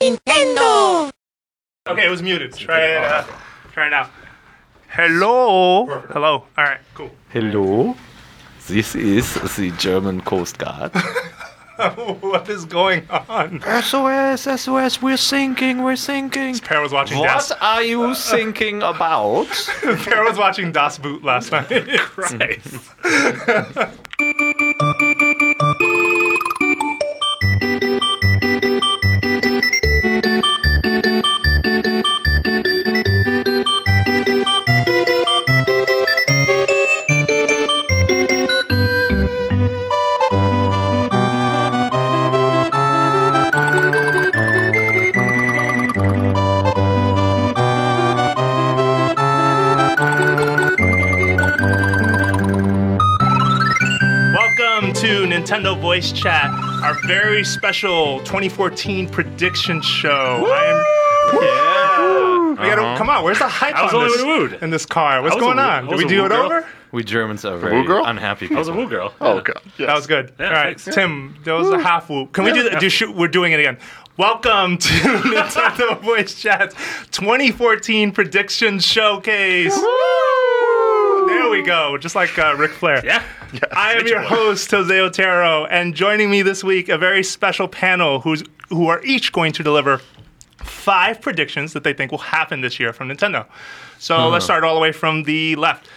Nintendo. Okay, it was muted. Try it. Uh, try it out. Hello. Hello. All right. Cool. Hello, this is the German Coast Guard. what is going on? SOS, SOS, we're sinking, we're sinking. Perrin was watching Das. What are you thinking about? Perrin was watching Das Boot last night. Welcome to Nintendo Voice Chat, our very special 2014 prediction show. I am. Yeah. We gotta, come on, where's the hype Uh-huh. I was on only this, wooed. in this car? What's I was a going woo- on? I Did was we a do woo it girl. over? We Germans are very girl? unhappy I people. was a woo girl. Oh god. Yes. That was good. Yeah, All right, thanks. Tim, that was a half whoop. Can we do that? Do shoot, we're doing it again. Welcome to Nintendo Voice Chat's 2014 Prediction Showcase. There we go, just like uh, Ric Flair. Yeah. I am your host, Jose Otero, and joining me this week, a very special panel who's, who are each going to deliver five predictions that they think will happen this year from Nintendo. So Hmm. let's start all the way from the left.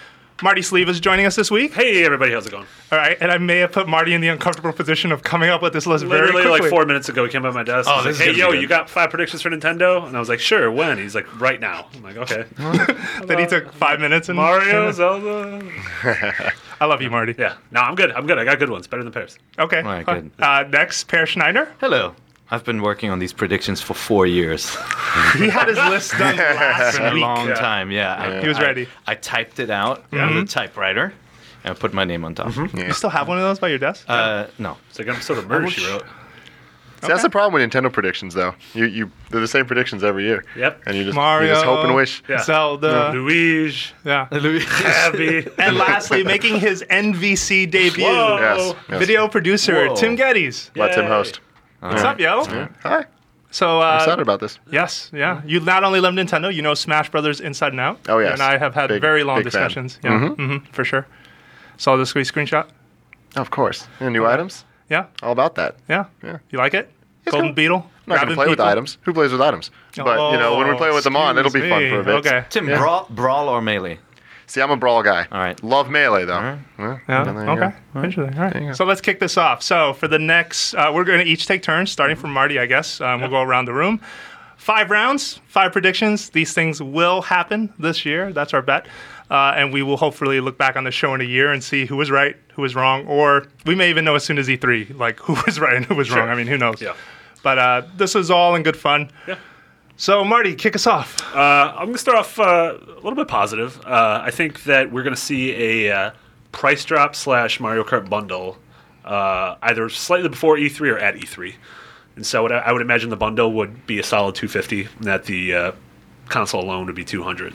Marty Sleeve is joining us this week. Hey everybody, how's it going? All right, and I may have put Marty in the uncomfortable position of coming up with this list very Literally quickly. like four minutes ago, he came by my desk. Oh, Oh, this like, is hey gonna be yo, good. you got five predictions for Nintendo? And I was like, sure. When? He's like, right now. I'm like, okay. Then he took five minutes. And Mario, Zelda. I love you, Marty. Yeah. No, I'm good. I'm good. I got good ones. Better than Paris. Okay. All right, fine. good. Uh, next, Per Schneider. Hello. I've been working on these predictions for four years. He had his list done last a week. long yeah. time, yeah. I- He was I- ready. I typed it out on the typewriter and put my name on top. You still have one of those by your desk? Uh, no. It's like an episode of Murder She Wrote. See, that's the problem with Nintendo predictions, though. You you they're the same predictions every year. Yep. And you just Mario. you just hope and wish. Yeah. Zelda. Luigi, Yeah. uh, Abby. And lastly, making his NVC debut, Whoa. Yes. yes. video producer Whoa. Tim Geddes. Let him Yay. host. What's up, yo? Hi. So I'm uh, sad about this. Yes, yeah. You not only love Nintendo, you know Smash Brothers inside and out. Oh, yes. And I have had Big- very long big fan. Mm-hmm. discussions. Yeah, hmm for sure. Saw this squeeze screenshot. Of course. And new items. Yeah, All about that. yeah, Yeah. You like it? Golden cool. Beetle. I'm not gonna grabbing play with people? items. Who plays with items? But you know, when we Oh, play with them on, it'll be excuse fun for a me. bit. Okay. Tim, brawl, brawl or melee? See, I'm a brawl guy. All right. Love melee though. Yeah. Yeah. And there you Okay. go. Interesting. All you go. right. So let's kick this off. So for the next, uh, we're going to each take turns, starting from Marty, I guess. Um, we'll go around the room. Five rounds, five predictions. These things will happen this year. That's our bet. Uh, and we will hopefully look back on the show in a year and see who was right, who was wrong, or we may even know as soon as E3, like who was right and who was wrong. I mean, who knows? Yeah. But uh, this is all in good fun. Yeah. So Marty, kick us off. Uh, I'm going to start off uh, a little bit positive. Uh, I think that we're going to see a uh, price drop slash Mario Kart bundle uh, either slightly before E3 or at E3. And so what I, I would imagine the bundle would be a solid 250, and that the uh, console alone would be 200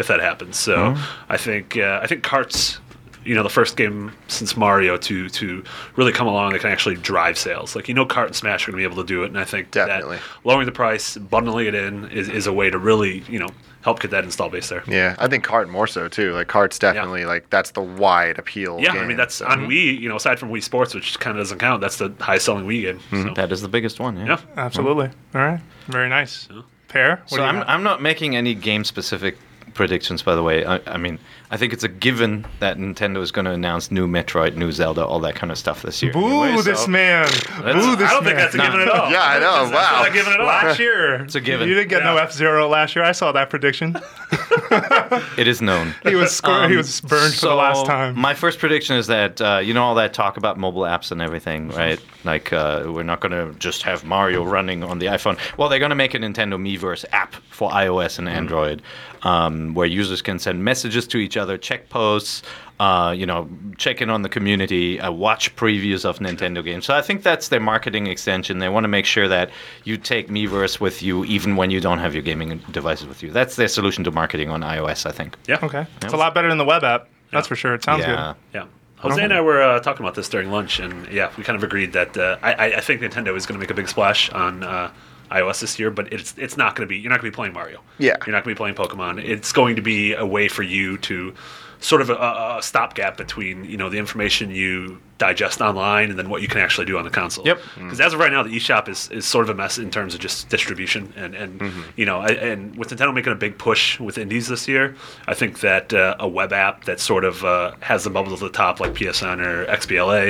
if that happens. So I think uh, I think carts, you know, the first game since Mario to to really come along that can actually drive sales. Like you know, Cart and Smash are going to be able to do it, and I think that Definitely. lowering the price, bundling it in is, is a way to really you know help get that install base there. Yeah, I think cart more so too. Like cart's definitely like that's the wide appeal. Yeah, I game, mean that's so. on Wii. You know, aside from Wii Sports, which kind of doesn't count, that's the highest selling Wii game. So. Mm-hmm. That is the biggest one, yeah. Yeah, Absolutely. All right. Very nice. Pair. What So do you I'm, got? I'm not making any game specific predictions, by the way. I, I mean, I think it's a given that Nintendo is going to announce new Metroid, new Zelda, all that kind of stuff this year. Boo anyway, so- this man. Boo this I don't think man. that's a given at all. Yeah, I know. Wow. Not given at all. Last year, a given. You didn't get no Yeah. F zero last year. I saw that prediction. Um, It is known. He was score- he was burned for the So, last time. My first prediction is that uh, you know all that talk about mobile apps and everything, Mm-hmm. right? Like uh, we're not going to just have Mario running on the iPhone. Well, they're going to make a Nintendo Miiverse app for iOS Mm-hmm. and Android, um, where users can send messages to each other, check posts, uh, you know, check in on the community, uh, watch previews of Nintendo games. So I think that's their marketing extension. They want to make sure that you take Miiverse with you, even when you don't have your gaming devices with you. That's their solution to marketing on iOS, I think. Yeah. okay, it's a lot better than the web app. That's for sure. It sounds Yeah. Yeah. Jose and I were uh, talking about this during lunch, and yeah, we kind of agreed that uh, I, I- I think Nintendo is going to make a big splash on uh, iOS this year, but it's it's not going to be you're not going to be playing Mario. Yeah. You're not going to be playing Pokemon. It's going to be a way for you to sort of a, a a stopgap between you know the information you digest online and then what you can actually do on the console. Yep. Because as of right now, the eShop is, is sort of a mess in terms of just distribution and and Mm-hmm. you know I, and with Nintendo making a big push with indies this year, I think that uh, a web app that sort of uh, has the bubbles at the top like PSN or XBLA,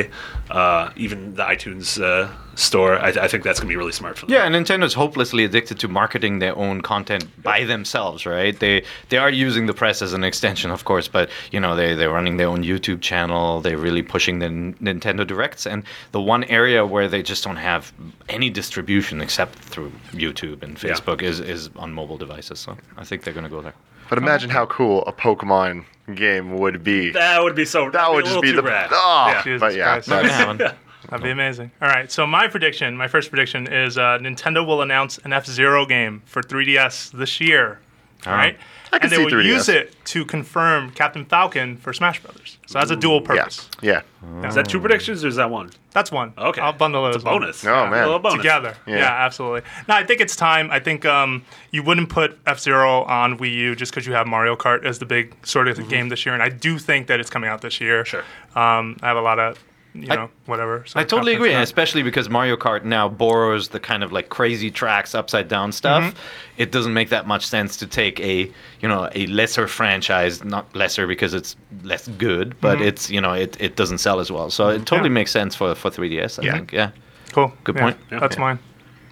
uh, even the iTunes uh, store, I, I think that's going to be really smart for them. Yeah, and Nintendo's hopelessly addicted to marketing their own content by themselves, right? They they are using the press as an extension, of course, but you know they they're running their own YouTube channel. They're really pushing the N- Nintendo Directs, and the one area where they just don't have any distribution except through YouTube and Yeah. Facebook is is on mobile devices. So I think they're gonna go there. But imagine how cool a Pokemon game would be. That would be so. That would just be the rad. Oh, Yeah. Jesus but yeah, Christ. that's- Yeah, man. That'd be amazing. All right, so my prediction, my first prediction is uh, Nintendo will announce an F Zero game for 3DS this year. All right, I can and they see will 3DS. use it to confirm Captain Falcon for Smash Brothers. So that's a dual yeah, purpose. yeah. Is that Um, two predictions or is that one? That's one. Okay. I'll bundle it It's as a one. bonus. Oh, man. A little bonus. together. Yeah. Yeah. absolutely. No, I think it's time. I think um, you wouldn't put F Zero on Wii U just because you have Mario Kart as the big sort Mm-hmm. of game this year, and I do think that it's coming out this year. Sure. Um, I have a lot of you I- know whatever. so I totally confidence agree, in and that. especially because Mario Kart now borrows the kind of like crazy tracks, upside down stuff. It doesn't make that much sense to take a you know a lesser franchise, not lesser because it's less good, but it's you know it, it doesn't sell as well. So it totally Yeah. makes sense for for 3ds. I Yeah. think, yeah. Cool. Good Yeah. point. That's Yeah. mine.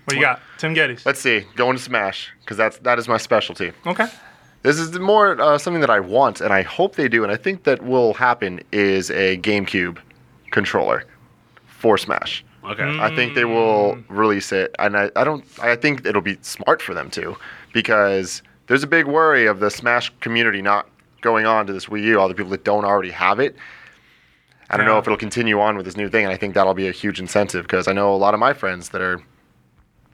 What do you got, Tim Geddes? Let's see. Going to Smash because that's that is my specialty. Okay. This is more uh, something that I want and I hope they do, and I think that will happen is a GameCube controller for Smash. Okay. Mm-hmm. I think they will release it, and I, I don't. I think it'll be smart for them to, because there's a big worry of the Smash community not going on to this Wii U. All the people that don't already have it. I don't know Yeah. if it'll continue on with this new thing, and I think that'll be a huge incentive because I know a lot of my friends that are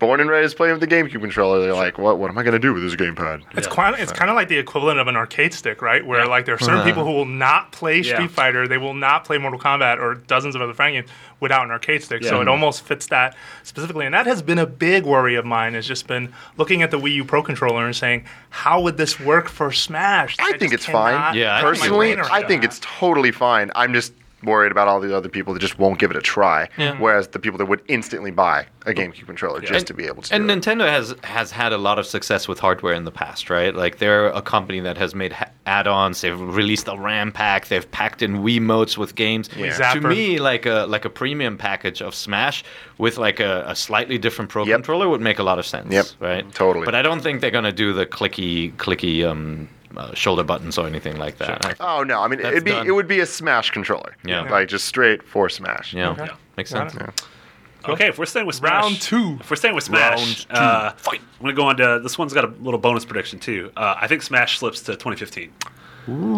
born and raised playing with the GameCube controller. They're like, "What? What am I gonna do with this gamepad?" It's quite, it's kind of like the equivalent of an arcade stick, right? Where like there are certain people who will not play Yeah. Street Fighter, they will not play Mortal Kombat or dozens of other fighting games without an arcade stick. So Yeah. it almost fits that specifically, and that has been a big worry of mine. Has just been looking at the Wii U Pro controller and saying, how would this work for Smash? I think it's fine. Yeah, I think it's personally, minor, I think it's totally fine. I'm just worried about all the other people that just won't give it a try, whereas the people that would instantly buy a GameCube controller just And- to be able to. And do it. Nintendo has has had a lot of success with hardware in the past, right? Like they're a company that has made ha- add-ons. They've released a RAM pack. They've packed in Wii modes with games. To Zapper. me, like a like a premium package of Smash with like a, a slightly different Pro Yep. controller would make a lot of sense. Yep. Right. Totally. But I don't think they're gonna do the clicky clicky um, uh, shoulder buttons or anything like that. I- oh no, I mean That's it'd be done. it would be a Smash controller. Yeah. like just straight for Smash. yeah. Okay. Makes Got sense. it. Okay, if we're staying with Smash, Round two. If we're staying with Smash, uh, I'm gonna go on to this one's got a little bonus prediction too. Uh, I think Smash slips to 2015.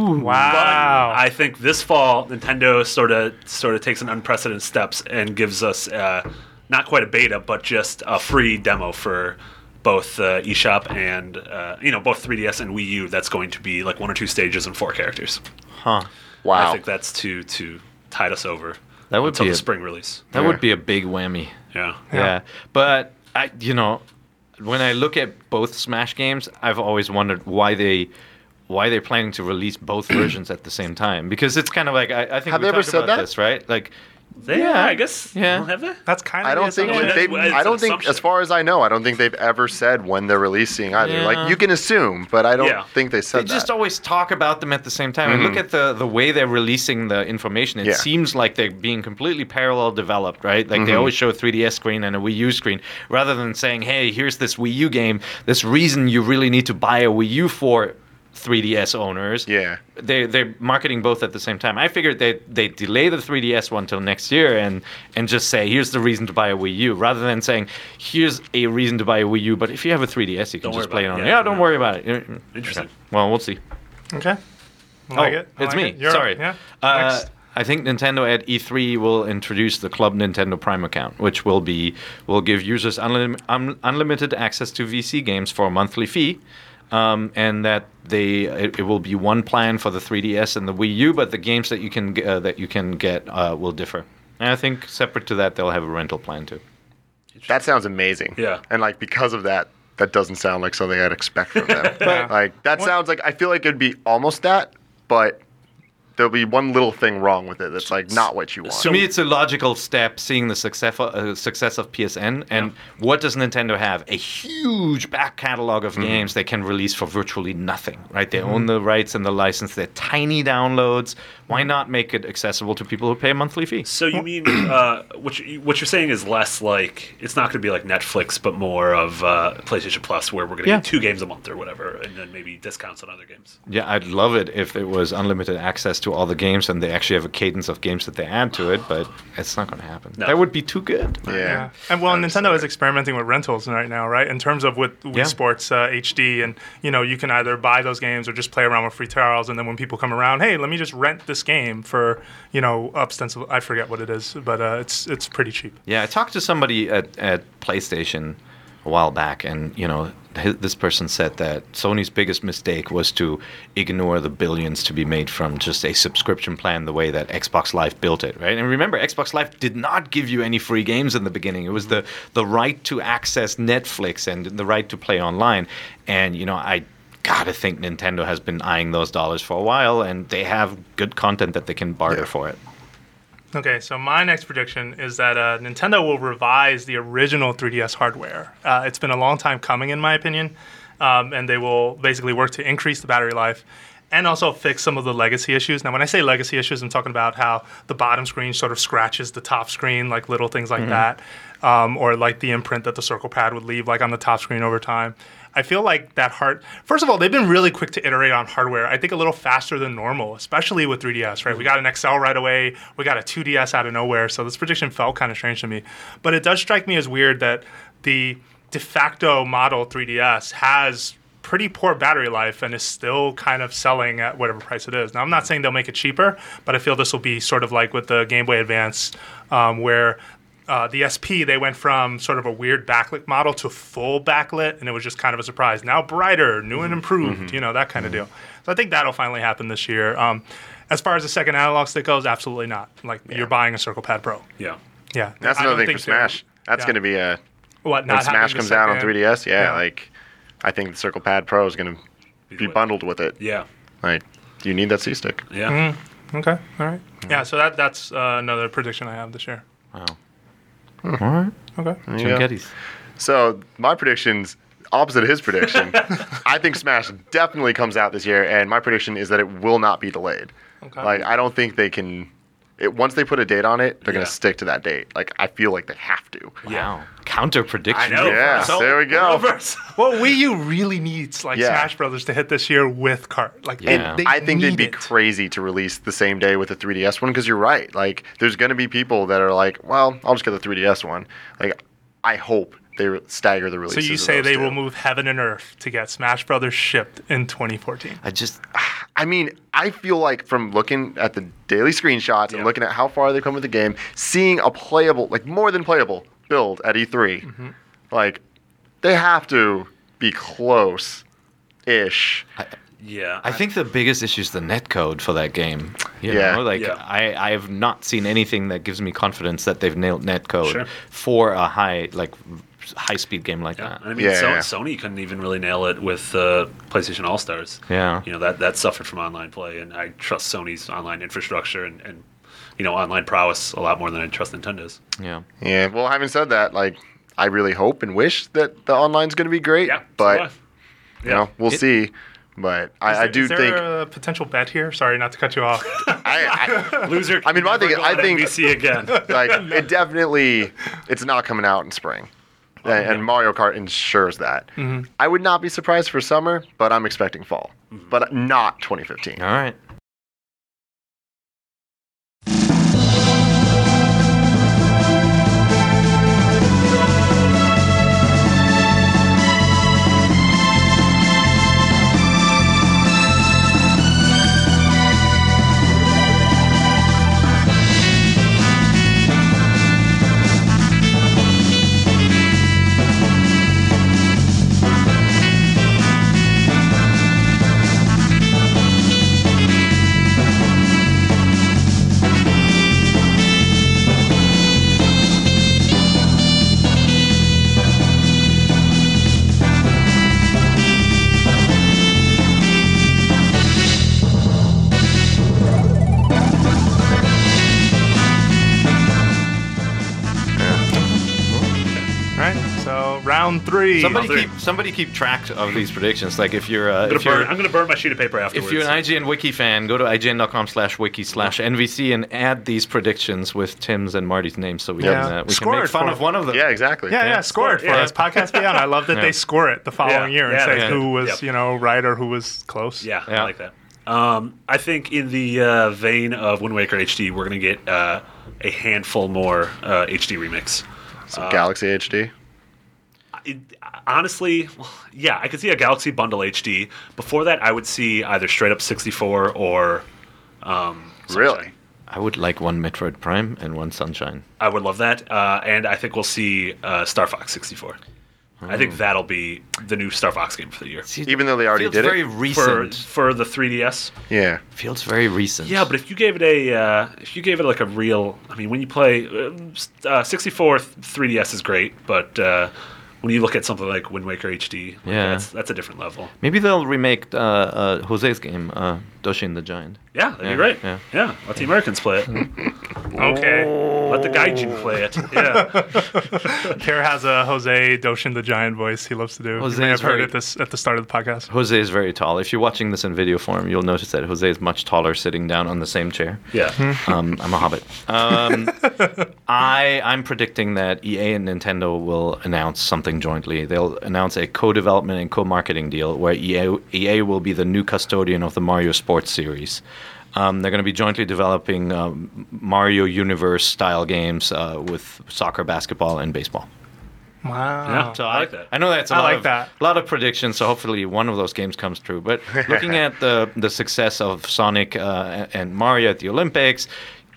Wow. I think this fall Nintendo sort of sort of takes an unprecedented steps and gives us uh, not quite a beta, but just a free demo for both uh, eShop and uh, you know both 3DS and Wii U. That's going to be like one or two stages and four characters. Huh. Wow. I think that's to to tide us over That would until be the a- spring release. That Yeah. would be a big whammy. Yeah. Yeah. But I you know, when I look at both Smash games, I've always wondered why they why they're planning to release both versions at the same time. Because it's kind of like I, I think Have we they ever talked said about that? this, right? Like They, yeah, I guess. Yeah. Have they? That's kind of. I the don't think assumption. Yeah, they. that's- it's I don't an think, assumption. as far as I know, I don't think they've ever said when they're releasing either. Yeah. Like you can assume, but I don't Yeah. think they they said just that. Mm-hmm. always talk about them at the same time. And look at the the way they're releasing the information. It Yeah. seems like they're being completely parallel developed, right? Like Mm-hmm. they always show a 3DS screen and a Wii U screen, rather than saying, "Hey, here's this Wii U game. This reason you really need to buy a Wii U for 3DS owners." Yeah. They they're marketing both at the same time. I figured they they delay the 3DS one till next year and and just say here's the reason to buy a Wii U rather than saying here's a reason to buy a Wii U. But if you have a 3DS, you can just Don't worry play it about on. it. Yeah, Yeah, don't no. worry about it. Uh, Interesting. okay. Well, we'll see. Okay. I like Oh, it. I it's like me. it. You're up. Sorry. Yeah. Uh, Next. I think Nintendo at E3 will introduce the Club Nintendo Prime account, which will be will give users unlim- un- unlimited access to VC games for a monthly fee, um, and that they it, it will be one plan for the 3DS and the Wii U, but the games that you can g- uh, that you can get uh, will differ. And I think separate to that, they'll have a rental plan too. That sounds amazing. Yeah. And like because of that, that doesn't sound like something I'd expect from them. Yeah. Like that sounds like I feel like it'd be almost that, but there'll be one little thing wrong with it that's like not what you want. To me, it's a logical step seeing the success of, uh, success of PSN. And what does Nintendo have? A huge back catalog of games they can release for virtually nothing, right? They own the rights and the license. They're tiny downloads. Why not make it accessible to people who pay a monthly fee? So you mean uh, what you, what you're saying is less like it's not going to be like Netflix, but more of uh, PlayStation Plus, where we're going to Yeah. get two games a month or whatever, and then maybe discounts on other games. Yeah, I'd love it if it was unlimited access to all the games and they actually have a cadence of games that they add to it, but it's not going to happen. No. That would be too good. yeah. Yeah. And well, That is Nintendo is sad. experimenting with rentals right now, right? In terms of with Wii Yeah. Sports uh, HD, and you know, you can either buy those games or just play around with free trials. And then when people come around, hey, let me just rent this game for you know, ostensible. I forget what it is, but uh, it's it's pretty cheap. Yeah, I talked to somebody at, at PlayStation a while back, and you know, hi- this person said that Sony's biggest mistake was to ignore the billions to be made from just a subscription plan, the way that Xbox Live built it, right? And remember, Xbox Live did not give you any free games in the beginning. It was the the right to access Netflix and the right to play online, and you know, I gotta think Nintendo has been eyeing those dollars for a while, and they have good content that they can barter Yeah. for it. Okay, so my next prediction is that uh, Nintendo will revise the original 3DS hardware. Uh, it's been a long time coming, in my opinion, um, and they will basically work to increase the battery life and also fix some of the legacy issues. Now, when I say legacy issues, I'm talking about how the bottom screen sort of scratches the top screen, like little things like that, um, or like the imprint that the circle pad would leave, like on the top screen over time. I feel like that hard. First of all, they've been really quick to iterate on hardware. I think a little faster than normal, especially with 3DS. Right, we got an XL right away. We got a 2DS out of nowhere. So this prediction felt kind of strange to me, but it does strike me as weird that the de facto model 3DS has pretty poor battery life and is still kind of selling at whatever price it is. Now, I'm not saying they'll make it cheaper, but I feel this will be sort of like with the Game Boy Advance, um, where uh, the SP they went from sort of a weird backlit model to full backlit, and it was just kind of a surprise. Now brighter, new Mm-hmm. and improved, you know that kind of deal. So I think that'll finally happen this year. Um, as far as the second analog stick goes, absolutely not. Like you're buying a Circle Pad Pro. Yeah. Yeah, That's I don't another thing think for they're- Smash. That's yeah. gonna be a What when not having Smash the comes out on second- 3DS, yeah, Yeah. like I think the Circle Pad Pro is gonna be what- bundled with it. Yeah. Like you need that C stick. Yeah. Mm-hmm. Okay, all right. Mm-hmm. Yeah, so that that's uh, another prediction I have this year. Wow. All right, Okay. There you Jim go. Geddes. So my prediction's opposite of his prediction. I think Smash definitely comes out this year, and my prediction is that it will not be delayed. Okay. Like I don't think they can. It, once they put a date on it, they're Yeah. gonna stick to that date. Like I feel like they have to. Yeah. Wow. Counter prediction. I know. Yeah, So- there we go. Reverse. Well, Wii U really needs like Yeah. Smash Brothers to hit this year with cart. Like, And they- they I think they'd need be it. crazy to release the same day with the 3DS one because you're right. Like, there's going to be people that are like, well, I'll just get the 3DS one. Like, I hope they re- stagger the So releases. you of say those they two. will move heaven and earth to get Smash Brothers shipped in 2014? I just I mean, I feel like from looking at the daily screenshots and Yeah. looking at how far they've come with the game, seeing a playable, like more than playable, build at E3, like, they have to be close ish. Yeah. I think the biggest issue is the netcode for that game. You Yeah. know, like Yeah. I, I have not seen anything that gives me confidence that they've nailed netcode Sure. for a high like high speed game like Yeah. that. And I mean, Yeah, so- yeah. Sony couldn't even really nail it with uh, PlayStation All Stars. Yeah. You know, that, that suffered from online play, and I trust Sony's online infrastructure and, and, you know, online prowess a lot more than I trust Nintendo's. Yeah. Yeah. Well, having said that, like, I really hope and wish that the online's going to be great. Yeah. so But. do I. You know, we'll It- see. But I, Is there- I do is there think. a potential bet here. Sorry, not to cut you off. I, Loser. I mean, my never thing- go I on think- NBC again. I, like it definitely, it's not coming out in spring, and, and Mario Kart ensures that. I would not be surprised for summer, but I'm expecting fall, but not 2015. All right. So round three. Somebody Three. keep somebody keep track of these predictions. Like if you're uh, I'm if gonna, burn, you're I'm gonna burn my sheet of paper afterwards. if you're an IGN Wiki fan, go to ign.com slash wiki slash NVC and add these predictions with Tim's and Marty's names so we Yeah. can, uh, we can Scored make fun for- of one of them. Yeah, exactly. yeah, yeah, score it for Yeah. us. Podcast Beyond. I love that Yeah. they score it the following Yeah. year and Yeah, say that's who good. was, Yep. you know, right or who was close. Yeah, Yeah. I like that. Um, I think in the uh, vein of Wind Waker HD, we're going to get uh, a handful more uh, HD remix. Some Galaxy HD. It, honestly, well, yeah, I could see a Galaxy Bundle HD. Before that, I would see either straight up 64 or. Um, Really? I would like one Metroid Prime and one Sunshine. I would love that. Uh, and I think we'll see uh, Star Fox 64. I Hmm. think that'll be the new Star Fox game for the year. Even though they already feels did it? very For, recent. for the 3DS, Yeah. feels very recent. Yeah, but if you gave it a, uh, if you gave it like a real, I mean, when you play uh, s- uh, 64 th- 3DS is great, but uh, when you look at something like Wind Waker HD, like, Yeah. that's, that's a different level. maybe they'll remake uh, uh, Jose's game, uh, Doshin the Giant. Yeah, that'd Yeah, be great. yeah. Yeah. let the Americans play it. let Okay. the Gaijin play it. Oh. Yeah, Pierre has a Jose Doshin the Giant voice he loves to do. Jose's you may have heard very- it this, at the start of the podcast. Jose is very tall. If you're watching this in video form, you'll notice that Jose is much taller sitting down on the same chair. yeah. Um, I'm a hobbit. Um, I I'm predicting that EA and Nintendo will announce something jointly. They'll announce a co-development and co-marketing deal where E EA EA will be the new custodian of the Mario Sports series. Um, they're going to be jointly developing um, Mario Universe style games uh, with soccer, basketball, and baseball. Wow. I like that. I know that's a I lot like of that. lot of predictions. So hopefully one of those games comes true. But looking at the the success of Sonic uh, and Mario at the Olympics.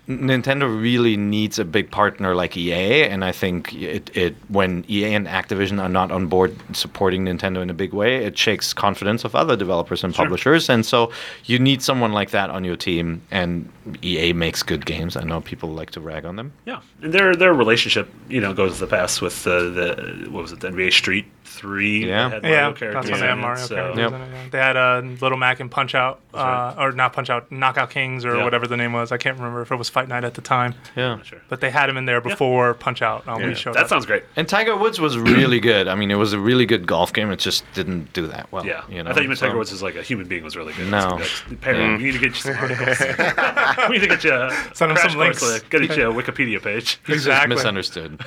Nintendo really needs a big partner like EA, and I think it, it when EA and Activision are not on board supporting Nintendo in a big way, it shakes confidence of other developers and publishers. And so you need someone like that on your team. And EA makes good games. I know people like to rag on them. Yeah, and their their relationship, you know, goes to the past with uh, the what was it, the NBA Street Three? Yeah. that had Mario Yeah, that's characters what they in had it, Mario so- characters Yep. in it, yeah. They had uh, Little Mac and Punch Out, uh, right. or not Punch Out, Knockout Kings, or Yeah. whatever the name was. I can't remember if it was Fight Night at the time. Yeah. Sure. But they had him in there before Punch Out. Um, We Yeah. showed That up. sounds great. And Tiger Woods was really good. I mean, it was a really good golf game. It just didn't do that well. Yeah, you know, I thought you meant so- Tiger Woods was like a human being was really good. No. Mm. I was like, "That's- Perry, we need to get you some articles. we need to get you a Send him crash some course, links. uh, Get you a Wikipedia page. He's just Exactly. misunderstood.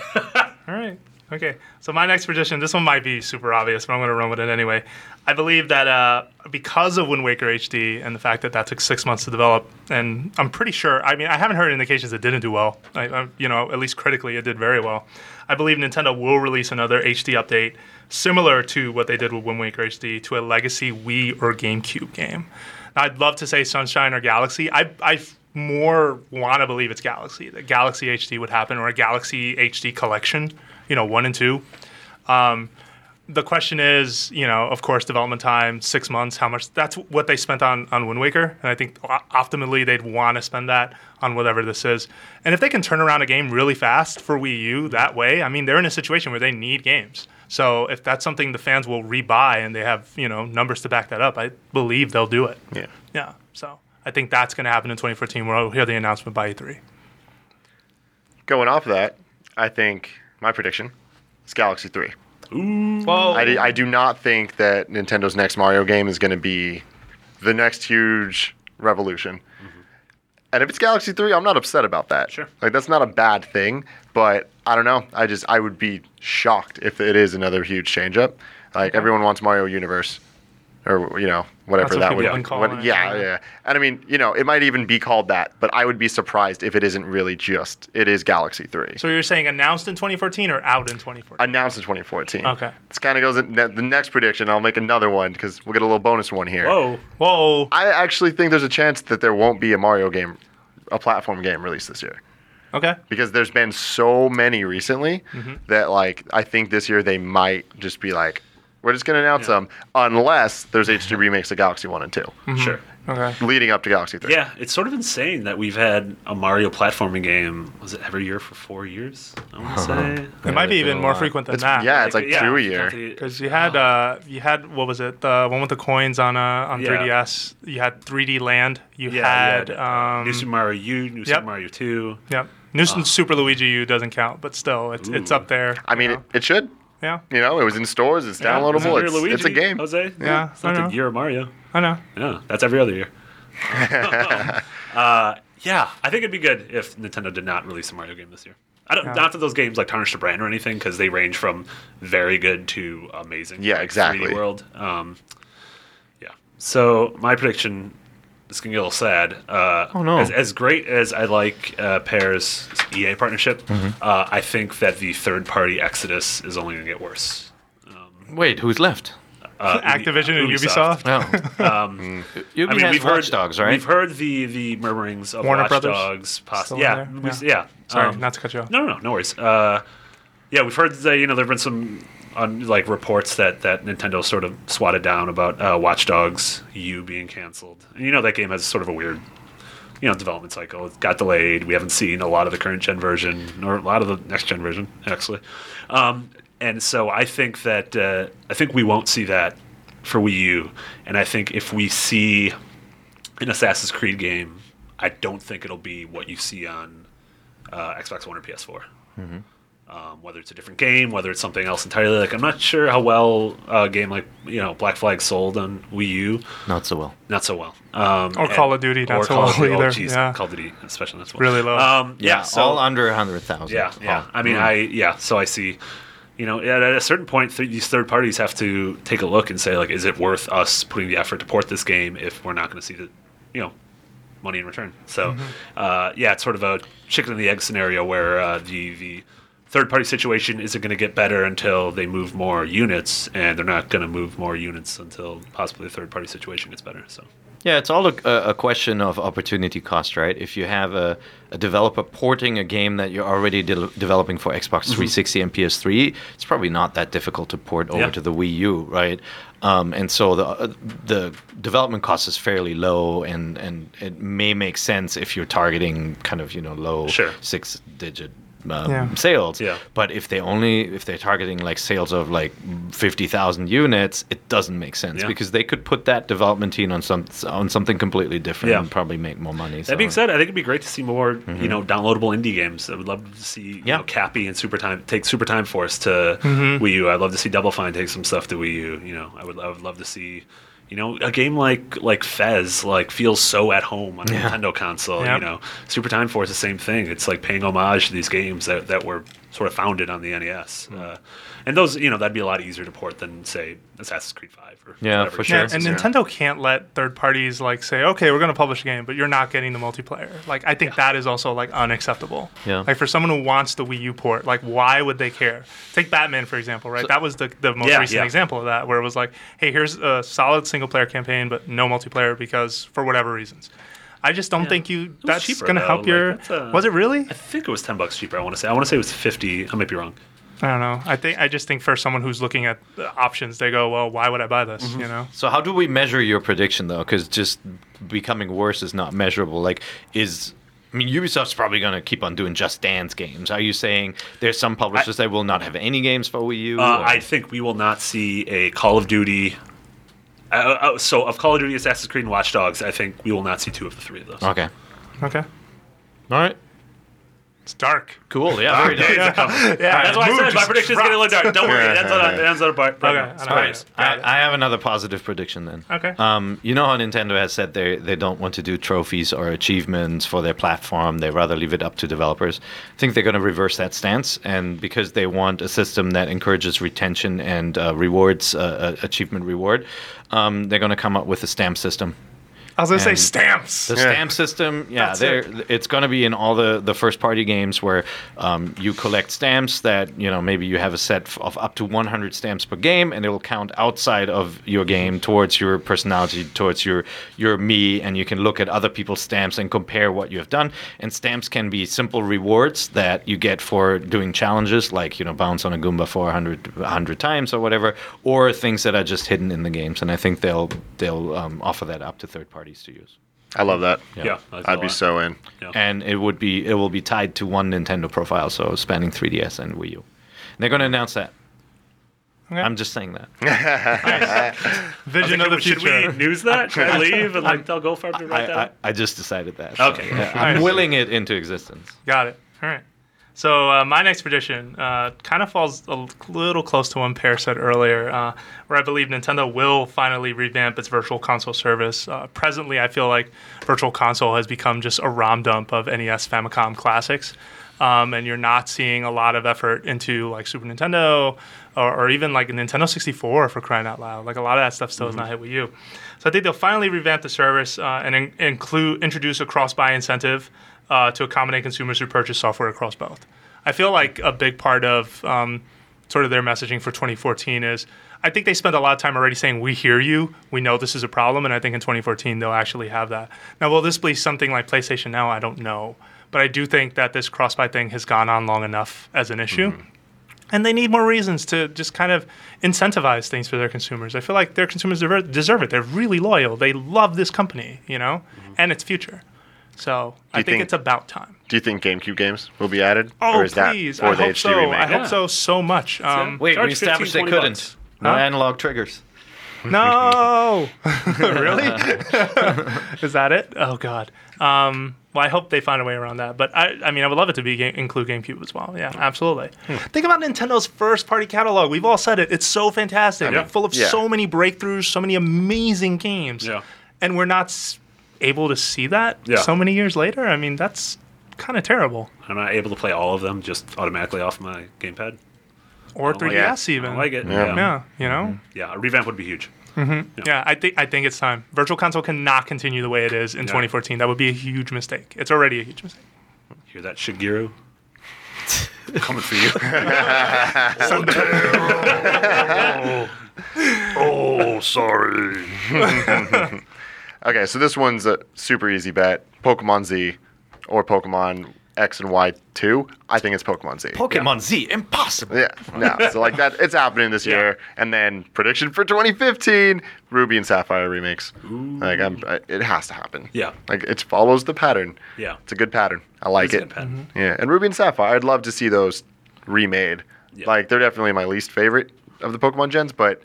All right. Okay. So my next prediction, this one might be super obvious, but I'm going to run with it anyway. I believe that uh, because of Wind Waker HD and the fact that that took six months to develop, and I'm pretty sure, I mean, I haven't heard indications it didn't do well. I, I, you know, at least critically, it did very well. I believe Nintendo will release another HD update similar to what they did with Wind Waker HD to a legacy Wii or GameCube game. Now, I'd love to say Sunshine or Galaxy. I, I f- more want to believe it's Galaxy. That Galaxy HD would happen, or a Galaxy HD collection. You know, one and two. Um, the question is, you know, of course, development time six months. How much? That's what they spent on on Wind Waker, and I think o- optimally they'd want to spend that on whatever this is. And if they can turn around a game really fast for Wii U that way, I mean, they're in a situation where they need games. So if that's something the fans will rebuy and they have you know numbers to back that up, I believe they'll do it. Yeah. Yeah. So I think that's going to happen in 2014. We'll hear the announcement by E E3. Going off of that, I think my prediction is Galaxy 3. Well, I, do- I do not think that Nintendo's next Mario game is going to be the next huge revolution. Mm-hmm. And if it's Galaxy 3, I'm not upset about that. Sure. Like, that's not a bad thing, but I don't know. I just, I would be shocked if it is another huge changeup. Like, everyone wants Mario Universe. Or you know whatever That's what that would people have been what- calling it, yeah yeah. yeah and I mean you know it might even be called that but I would be surprised if it isn't really just it is Galaxy Three so you're saying announced in 2014 or out in 2014? announced in 2014. Okay. This kind of goes in the next prediction. I'll make another one because we'll get a little bonus one here. Whoa. Whoa. I actually think there's a chance that there won't be a Mario game, a platform game released this year Okay. because there's been so many recently that like I think this year they might just be like, we're just gonna announce them unless there's HD remakes of Galaxy One and 2 Sure. Okay. leading up to Galaxy Three. Mm-hmm. Yeah, it's sort of insane that we've had a Mario platforming game. Was it every year for four years? I want to say. It might be it's been even a more lot. frequent than It's, that. yeah, it's like yeah, two a if you count year. the- Because you had uh, you had what was it? The one with the coins on uh, on Yeah. 3DS. You had 3D Land. You yeah, had yeah, um, New Super Mario U, New yep. Super Mario Two. yep. New Super Luigi U doesn't count, but still, it's it's Ooh. up there. Ah. I you mean, know? it, it should. Yeah. You know, it was in stores. It's Yeah, it's downloadable. every It's, Luigi, it's a game. Jose. Yeah, It's I not know. the year of Mario. I know. Yeah, that's every other year. uh, yeah, I think it'd be good if Nintendo did not release a Mario game this year. I don't, Not that those games like tarnish the brand or anything, because they range from very good to amazing. Yeah, like, 3D exactly. World. Um, yeah. So my prediction is gonna get a little sad. Uh, Oh, no. As, as great as I like uh, Pear's EA partnership, Mm-hmm. uh, I think that the third-party Exodus is only gonna get worse. Wait, who's left? Uh, Activision and Ubisoft. No. Ubisoft Um, I mean, we've heard Watch Dogs, right? We've heard the the murmurings of Warner Watch Brothers? Dogs. Poss- Still yeah, in there? we- Yeah. yeah. Sorry, Oh. um, not to cut you off. No, no, no, no worries. Uh, yeah, we've heard that you know there've been some on like reports that that Nintendo sort of swatted down about uh, Watch Dogs U being canceled. And you know that game has sort of a weird. You know, development cycle. It got delayed. We haven't seen a lot of the current gen version, or a lot of the next gen version, actually. Um, and so I think that uh, I think we won't see that for Wii U. And I think if we see an Assassin's Creed game, I don't think it'll be what you see on uh, Xbox One or PS4. Um, whether it's a different game, whether it's something else entirely, like I'm not sure how well a game like you know Black Flag sold on Wii U, Not so well. not so well. Um, Or Call of Duty, not or so Call of well Duty. Oh, either. geez, Yeah. Call of Duty, especially that's Really low. Um, yeah, Yeah, so all under 100,000. yeah, yeah. Oh. I mean, I yeah. So I see, you know, at, at a certain point, th- these third parties have to take a look and say, like, is it worth us putting the effort to port this game if we're not going to see the, you know, money in return? So, uh, yeah, it's sort of a chicken and the egg scenario where uh, the the third party situation isn't going to get better until they move more units, and they're not going to move more units until possibly the third party situation gets better. So. Yeah, it's all a, a question of opportunity cost, right? If you have a, a developer porting a game that you're already de- developing for Mm-hmm. Xbox 360 and PS3, it's probably not that difficult to port over Yeah. to the Wii U, right? Um, and so the uh, the development cost is fairly low, and, and it may make sense if you're targeting kind of you know low Sure. six digit. Um, Yeah. sales Yeah. but if they only if they're targeting like sales of like 50,000 units it doesn't make sense Yeah. because they could put that development team on some on something completely different Yeah. and probably make more money. That being said, I think it'd be great to see more, you know, downloadable indie games. I would love to see, you Mm-hmm. Yeah. Mm-hmm. know, Cappy and Super Time take Super Time Force to Wii U. I'd love to see Double Fine take some stuff to Wii U. You know, I would, I would love to see, you know, a game like like Fez like feels so at home on a Nintendo console. Yep. You know, Super Time Force the same thing. It's like paying homage to these games that that were sort of founded on the NES. Hmm. Uh, and those, you know, that'd be a lot easier to port than say Assassin's Creed Five or Yeah, whatever for it sure. Yeah, is. and Nintendo can't let third parties like say, okay, we're going to publish a game, but you're not getting the multiplayer. Like, I think that is also like unacceptable. Yeah. Like for someone who wants the Wii U port, like why would they care? Take Batman for example, right? that was the, the most Yeah, recent yeah. example of that, where it was like, hey, here's a solid single player campaign, but no multiplayer because for whatever reasons. I just don't think you. That's cheaper, going to though. help Like, your. that's a- was it really? I think it was ten bucks cheaper. I want to say. I want to say it was fifty. I might be wrong. I don't know. I think I just think for someone who's looking at the options, they go, "Well, why would I buy this?" You know. so how do we measure your prediction though? Because just becoming worse is not measurable. Like, is I mean, Ubisoft's probably going to keep on doing Just Dance games. Are you saying there's some publishers that will not have any games for Wii U? Uh, or- I think we will not see a Call of Duty. Uh, uh, so, of Call of Duty, Assassin's Creed, and Watch Dogs, I think we will not see two of the three of those. okay. Okay. All right. It's dark. Cool. Uh, Yeah. Very dark. That's why I said my prediction's going to look dark. Don't worry, that's not that's not a part. Okay, Okay, I know. I, I have another positive prediction then. Okay. Um, you know how Nintendo has said they they don't want to do trophies or achievements for their platform. They rather leave it up to developers. I think they're going to reverse that stance, and because they want a system that encourages retention and uh, rewards uh, uh, achievement reward, um, they're going to come up with a stamp system. I was gonna say And- stamps. The Yeah. stamp system, yeah, That's there it's going to be in all the, the first party games where um, you collect stamps that you know maybe you have a set f- of up to 100 stamps per game, and it will count outside of your game towards your personality, towards your your me, and you can look at other people's stamps and compare what you have done. And stamps can be simple rewards that you get for doing challenges, like you know bounce on a Goomba 400 100 times or whatever, or things that are just hidden in the games. And I think they'll they'll um, offer that up to third parties to use I love that. Yeah, I'd be so in. and it would be it will be tied to one Nintendo profile, so spanning 3DS and Wii U. And they're going to announce that. Okay. I'm just saying that. Vision of the Should we future. news that? Should I leave and like they'll go for it I, right I, down? I just decided that. Okay. yeah, I'm willing it into existence. Got it. All right. So uh, my next prediction uh, kind of falls a little close to what Pear said earlier, uh, where I believe Nintendo will finally revamp its Virtual Console service. Uh, presently, I feel like Virtual Console has become just a ROM dump of NES Famicom classics, um, and you're not seeing a lot of effort into like Super Nintendo or, or even like a Nintendo 64 for crying out loud. Like a lot of that stuff still is not hit with you. So I think they'll finally revamp the service uh, and in- include introduce a cross-buy incentive uh, to accommodate consumers who purchase software across both. I feel like a big part of um, sort of their messaging for 2014 is I think they spent a lot of time already saying we hear you, we know this is a problem, and I think in 2014 they'll actually have that. Now, will this be something like PlayStation Now? I don't know, but I do think that this cross-buy thing has gone on long enough as an issue and they need more reasons to just kind of incentivize things for their consumers. I feel like their consumers dever- deserve it. They're really loyal. They love this company, you know, and its future. So I Mm-hmm. you think, think- it's about time. Do you think GameCube games will be added, Oh, or is that please! for I the hope HD so. I remake? hope Yeah. so so much. Um, Wait, Charge we established 15, they 20 couldn't. bucks. No Huh? analog triggers. no, really? Is that it? Oh God. Um, well, I hope they find a way around that. But I, I mean, I would love it to be game, include GameCube as well. Hmm. Yeah, absolutely. Think about Nintendo's first party catalog. We've all said it. It's so fantastic. mean, full of yeah. so many breakthroughs, so many amazing games. Yeah. And we're not s- able to see that Yeah. so many years later. I mean, that's kind of terrible. I'm not able to play all of them just automatically off my gamepad. Or don't like 3DS I even. don't like it. Mm-hmm. Yeah. Yeah. yeah. Yeah, you know. a revamp would be huge. Yeah, I think I think it's time. Virtual console cannot continue the way it is in 2014. That would be a huge mistake. It's already a huge mistake. Hear that, Shigeru? Coming for you. Oh, sorry. Okay, so this one's a super easy bet: Pokemon Z or Pokemon X and Y two. I think it's Pokemon Z. Pokemon Z, impossible. yeah, no. So like that, it's happening this year. And then prediction for 2015: Ruby and Sapphire remakes. Like I'm, I, it has to happen. Yeah. like it follows the pattern. Yeah. it's a good pattern. I like It's a it. good Mm-hmm. pattern. Yeah, and Ruby and Sapphire. I'd love to see those remade. Yeah. Like they're definitely my least favorite of the Pokemon gens, but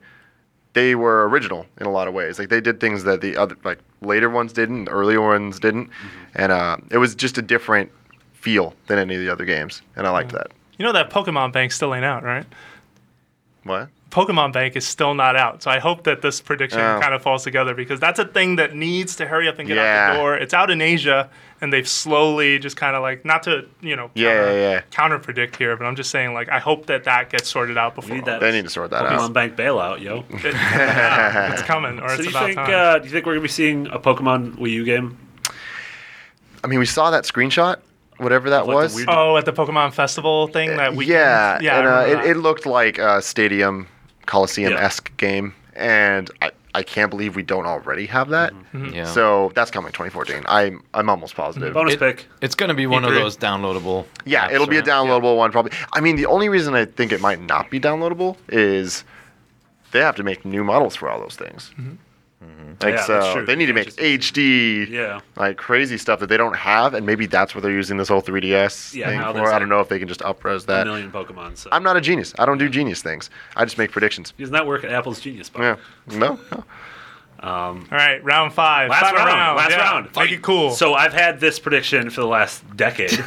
they were original in a lot of ways. Like they did things that the other like later ones didn't, the earlier ones didn't, Mm-hmm. and uh, it was just a different feel than any of the other games, and I liked that. You know that Pokemon Bank still ain't out, right? What? Pokemon Bank is still not out. So I hope that this prediction Oh. kind of falls together because that's a thing that needs to hurry up and get out Yeah. the door. It's out in Asia and they've slowly just kind of like not to, you know, Yeah, counter, yeah, yeah. counter predict here, but I'm just saying like I hope that that gets sorted out before We need all that. They need to sort that Pokemon out. Bank bailout, yo. this- Yeah, it's coming or So do it's you about think time. uh, do you think we're gonna be seeing a Pokemon Wii U game? I mean, we saw that screenshot, whatever that like the was. weird Oh, at the Pokemon Festival thing that we yeah, yeah, I and, uh, remember that. it, it looked like a stadium coliseum esque game, and I, I can't believe we don't already have that. Mm-hmm. Yeah. So that's coming 2014. I'm I'm almost positive. Bonus It- pick. It's going to be one of Agree. those downloadable. Yeah, apps, it'll be a right? downloadable one probably. I mean, the only reason I think it might not be downloadable is they have to make new models for all those things. Like Mm-hmm. Yeah, so, that's true. they need to Can't make just- HD, Yeah. like crazy stuff that they don't have, and maybe that's what they're using this whole 3DS Yeah, thing now for. there's I like don't know if they can just upres A Uh, that. million Pokemon. So. I'm not a genius. I don't do genius things. I just make predictions. He does not work at Apple's Genius Bar. Yeah, no, no. All right, round five. Last Final round, Last yeah. round. Make it cool. So I've had this prediction for the last decade, and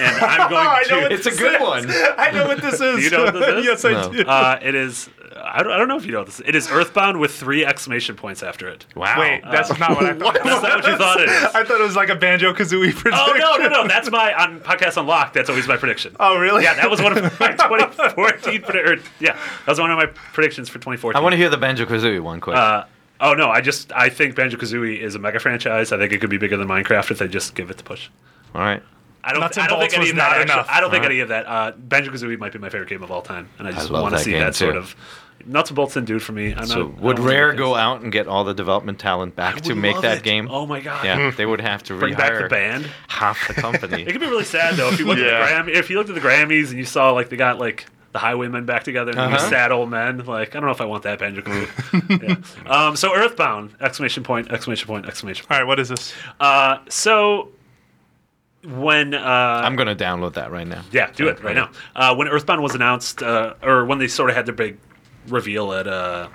I'm going Oh, I know to. it's- It's a good one. I know what this is. you know what this is? yes, I No. do. uh, it is. I don't, I don't know if you know this. It is Earthbound with three exclamation points after it. Wow. Uh, Wait, that's not what I thought. That's not what you thought it is. I thought it was like a banjo kazooie prediction. Oh no, no, no! That's my on podcast unlocked. That's always my prediction. Oh, really? Yeah, that was one of my 2014. Pred- or, yeah, that was one of my predictions for 2014. I want to hear the Banjo Kazooie one quick. Uh, oh no, I just I think Banjo Kazooie is a mega franchise. I think it could be bigger than Minecraft if they just give it the push. All right. I don't. Nuts I and don't think bolts any was of that. not actually- enough. I don't think any of that. Uh, Banjo Kazooie might be my favorite game of all time, and I just love want to that see game, that sort too. of nuts and bolts and dude for me. I'm So not, I would don't like Rare it. go out and get all the development talent back to would make love that it. game? Oh my god! Yeah, they would have to Bring rehire back the band. half the company. It could be really sad though if you looked Yeah. at the Grammy, if you looked at the Grammys and you saw like they got like the Highwaymen back together and the Uh-huh. sad old men. Like I don't know if I want that Banjo Kazooie. yeah. Um, so Earthbound! Exclamation point! Exclamation point! Exclamation point! All right, what is this? Uh, so when uh, I'm going to download that right now. Yeah, do it right now. Uh, when Earthbound was announced, uh, or when they sort of had their big reveal at uh,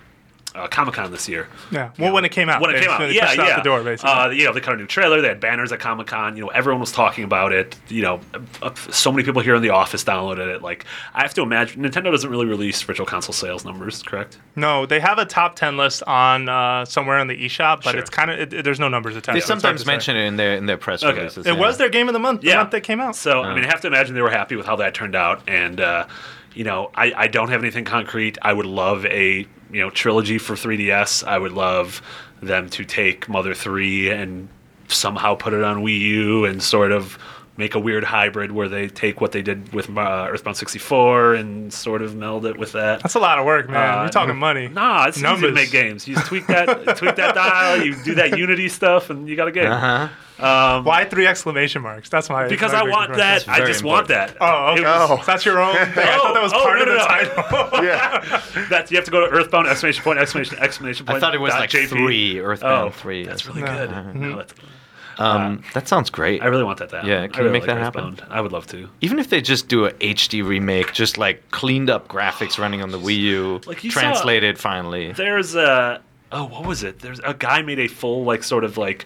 uh, Comic Con this year. Yeah. Well, when it came out, When it they- came out, they yeah, pushed yeah. out the door basically. Uh, you know, they cut a new trailer. They had banners at Comic Con. You know, everyone was talking about it. You know, uh, so many people here in the office downloaded it. Like, I have to imagine Nintendo doesn't really release virtual console sales numbers, correct? no, they have a top ten list on uh, somewhere on the eShop, but Sure. it's kind of it, it- there's no numbers attached. They so it's hard sometimes to say. mention it in their in their press Okay. releases. It yeah. was their game of the month. The month that came out. So I mean, I have to imagine they were happy with how that turned out. And uh, you know, I, I don't have anything concrete. I would love a you know trilogy for 3DS. I would love them to take Mother 3 and somehow put it on Wii U and sort of make a weird hybrid where they take what they did with uh, Earthbound 64 and sort of meld it with that. That's a lot of work, man. Uh, You're talking money. Nah, it's easy Numbers. to make games. You just tweak that, tweak that dial. You do that Unity stuff, and you got a game. Um, Uh-huh. Why three exclamation marks? That's my Because my I big want question. that. That's I very just want that. Oh, okay. It was- Oh. That's your own thing. I thought that was Oh, part no, of no, the title. Yeah. That's you have to go to Earthbound exclamation point exclamation exclamation point. I thought it was dot like JP. three Earthbound Oh, three. That's really No. Mm-hmm. good. No, that's- um, that sounds great. I really want that to happen. Yeah, can I you really make like that happen? Earthbound. I would love to. Even if they just do a HD remake, just like cleaned up graphics running on the Wii U, Oh, Like, you saw- translated finally. There's a oh, what was it? There's a guy made a full like sort of like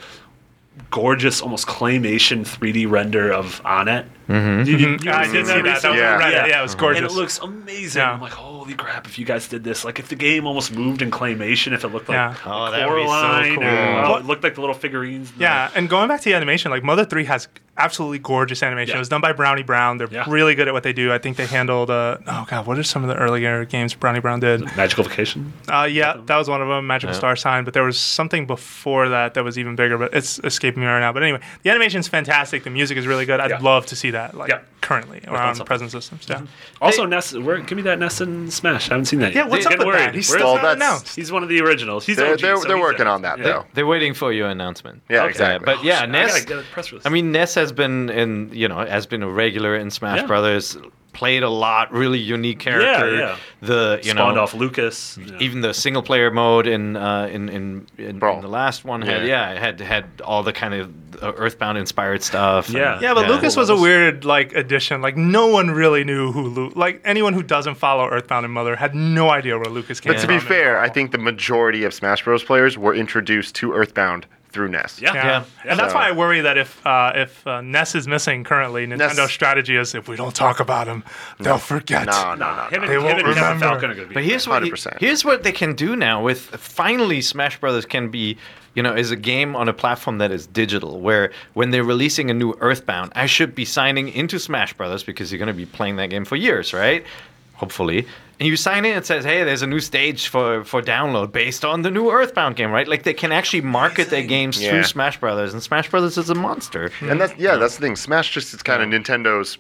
gorgeous, almost claymation 3D render of Onet. Mm-hmm. You, you, you I seen did see that. That was recently? on Reddit. Yeah. Yeah. it was gorgeous. And it looks amazing. Yeah. I'm like, holy crap! If you guys did this, like, if the game almost moved in claymation, if it looked like Yeah. Oh, that'd be so Coraline, cool. or, Yeah. oh, it looked like the little figurines. in the- yeah, and going back to the animation, like Mother 3 has absolutely gorgeous animation. Yeah. It was done by Brownie Brown. They're Yeah. really good at what they do. I think they handled, uh, oh God, what are some of the earlier games Brownie Brown did? Magical Vacation. Uh, yeah, that was one of them, Magical Yeah. Star Sign. But there was something before that that was even bigger, but it's escaping me right now. But anyway, the animation's fantastic. The music is really good. I'd Yeah. love to see that like Yeah. currently around something. present systems. Yeah. Also, Ness, where, give me that Ness and Smash. I haven't seen that Yeah, yet. what's up Getting with worried. that? He's Where- still Well, not that's- announced. he's one of the originals. He's They're- OG, they're- so they're he's working out. on that, Yeah. though. They're waiting for your announcement. Yeah, Okay. exactly. But yeah, I Ness. gotta get a press release. I mean, Ness has been in, you know, has been a regular in Smash Yeah. Brothers. Played a lot, really unique character. yeah. The you spawned know off Lucas. Yeah. even the single player mode in uh, in, in, in, Brawl. in the last one had Yeah. yeah, it had had all the kind of uh, Earthbound inspired stuff. Yeah. and- Yeah, but Lucas was a Levels. weird like addition. Like no one really knew who Lu- like anyone who doesn't follow Earthbound and Mother had no idea where Lucas came But to from. be fair, I think the majority of Smash Bros. players were introduced to Earthbound through E Ness. yeah. Yeah. Yeah. and that's So- why I worry that if uh, if uh, Ness is missing currently, Nintendo's strategy is if we don't talk about him, they'll forget. Oh No, no, no. Nah, him and, They him won't and Kevin remember. Falcon are going to be. But here's what he- 100%. here's what they can do now with finally Smash Brothers can be you know is a game on a platform that is digital where when they're releasing a new Earthbound I should be signing into Smash Brothers because you're going to be playing that game for years right hopefully and you sign in and says hey there's a new stage for for download based on the new Earthbound game right like they can actually market their games Yeah. through Smash Brothers and Smash Brothers is a monster And that's yeah, that's the thing. Smash just is kind of Nintendo's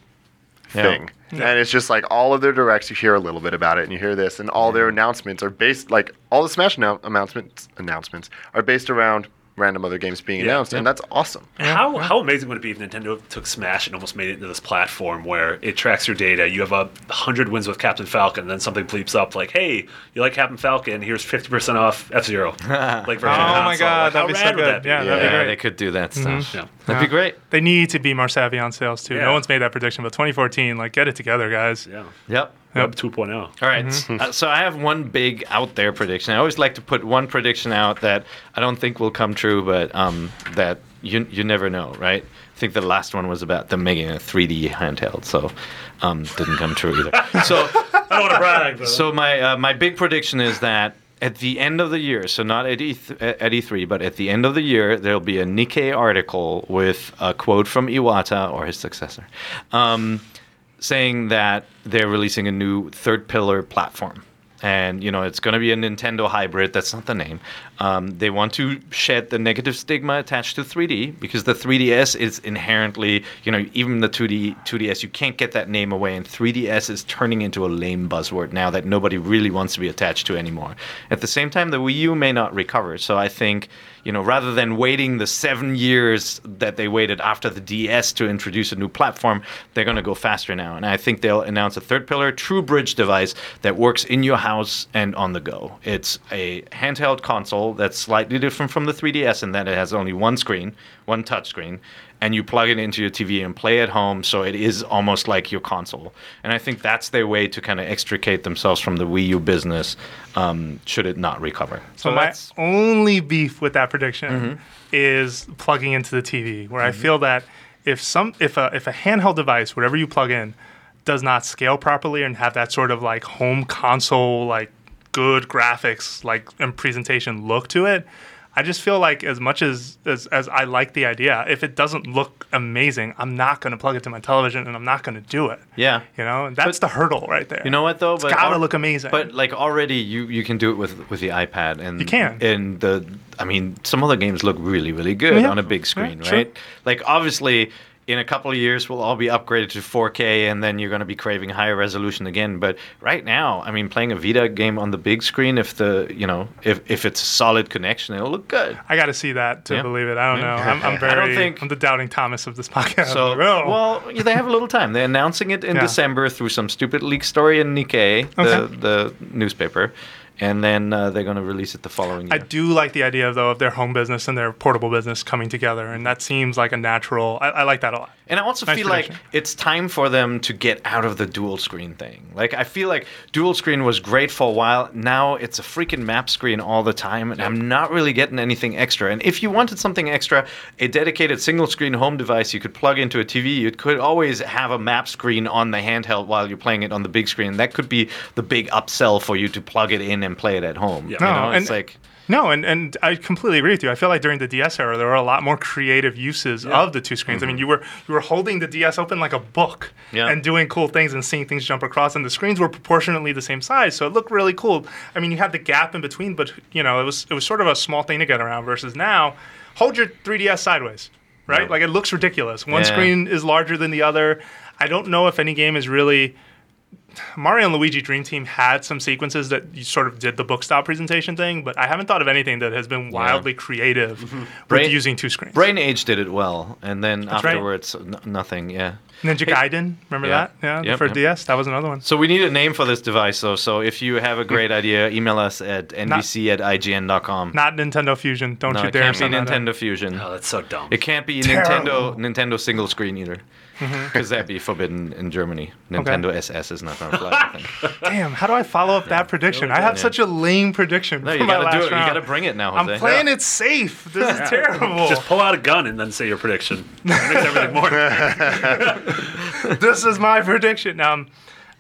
Yeah. thing. And it's just like all of their directs, you hear a little bit about it, and you hear this, and all their announcements are based like all the Smash annou- announcements announcements are based around random other games being announced, and that's awesome. How how amazing would it be if Nintendo took Smash and almost made it into this platform where it tracks your data? You have a hundred wins with Captain Falcon, and then something bleeps up like, "Hey, you like Captain Falcon? Here's fifty percent off F Zero." like Oh my version console. God, Like, how that'd be so rad would good. that be? Yeah, that'd be yeah great. they could do that stuff Yeah. that'd be great They need to be more savvy on sales too. Yeah. No one's made that prediction, but 2014, like get it together, guys. yeah. yep Web 2.0. All right, uh, so I have one big out there prediction. I always like to put one prediction out that I don't think will come true, but um, that you you never know, right? I think the last one was about them making a 3D handheld, so um, didn't come true either. So I don't want to brag, but so my uh, my big prediction is that at the end of the year, so not at, e- at E3, but at the end of the year, there'll be a Nikkei article with a quote from Iwata or his successor, um, saying that they're releasing a new third pillar platform. And you know it's going to be a Nintendo hybrid. That's not the name. Um, they want to shed the negative stigma attached to 3D because the 3DS is inherently, you know, even the 2D 2DS, you can't get that name away. And 3DS is turning into a lame buzzword now that nobody really wants to be attached to anymore. At the same time, the Wii U may not recover. So I think, you know, rather than waiting the seven years that they waited after the DS to introduce a new platform, they're going to go faster now. And I think they'll announce a third pillar, true bridge device that works in your house house and on the go. It's a handheld console that's slightly different from the 3DS in that it has only one screen, one touchscreen, and you plug it into your TV and play at home. So it is almost like your console. And I think that's their way to kind of extricate themselves from the Wii U business um, should it not recover. So, my that's- Mm-hmm. only beef with that prediction is plugging into the TV, where I feel that if some if a if a handheld device, whatever you plug in, does not scale properly and have that sort of like home console like good graphics like and presentation look to it, I just feel like as much as as, as I like the idea, if it doesn't look amazing, I'm not going to plug it to my television and I'm not going to do it. Yeah. you know, and that's the hurdle right there. You know what though? It's gotta look amazing. But like already, you you can do it with with the iPad, and you can. And the I mean, some other games look really really good Yeah. on a big screen, Yeah, sure. right? Like obviously. In a couple of years, we'll all be upgraded to 4K, and then you're going to be craving higher resolution again. But right now, I mean, playing a Vita game on the big screen, if the you know, if if it's a solid connection, it'll look good. I got to see that to Yeah. believe it. I don't know. I'm, I'm I don't very. I think- am the doubting Thomas of this podcast. So, I'm like, oh. well, yeah, they have a little time. They're announcing it in Yeah. December through some stupid leak story in Nikkei, Okay. the, the newspaper, and then uh, they're going to release it the following I year. do like the idea though of their home business and their portable business coming together, and that seems like a natural. I, I like that a lot. and I also Nice feel like prediction. it's time for them to get out of the dual screen thing. Like, I feel like dual screen was great for a while. Now it's a freaking map screen all the time, and I'm not really getting anything extra. And if you wanted something extra, a dedicated single screen home device you could plug into a TV, you could always have a map screen on the handheld while you're playing it on the big screen. That could be the big upsell for you to plug it in and play it at home. Yeah. You No, know, it's and- like. No, and, and I completely agree with you. I feel like during the DS era, there were a lot more creative uses of the two screens. I mean, you were you were holding the DS open like a book Yeah. and doing cool things and seeing things jump across, and the screens were proportionately the same size, so it looked really cool. I mean, you had the gap in between, but you know, it was it was sort of a small thing to get around. Versus now, hold your 3DS sideways, right? Like it looks ridiculous. One Yeah. screen is larger than the other. I don't know if any game is really Mario and Luigi Dream Team had some sequences that you sort of did the book style presentation thing, but I haven't thought of anything that has been wildly creative Mm-hmm. with Brain- using two screens. Brain Age did it well, and then right. afterwards, n- nothing. Yeah. Ninja Gaiden, remember Yeah. that? Yeah, Yep, for yep. DS, that was another one. So we need a name for this device, though. So if you have a great idea, email us at nbc at ign.com. Not Nintendo Fusion. Don't no, you it dare can't be send that out. Nintendo Fusion. Oh, that's so dumb. It can't be Terrible. Mm-hmm. Nintendo Nintendo single screen either, because that'd be forbidden in Germany. Nintendo SS is not going to fly. I think. Damn, how do I follow up that prediction? I have yeah. such a lame prediction No, for you my got last to do it. round. You got to bring it now, I'm Jose. playing it safe. This is terrible. Just pull out a gun and then say your prediction. That makes everything more. this is my prediction. Um,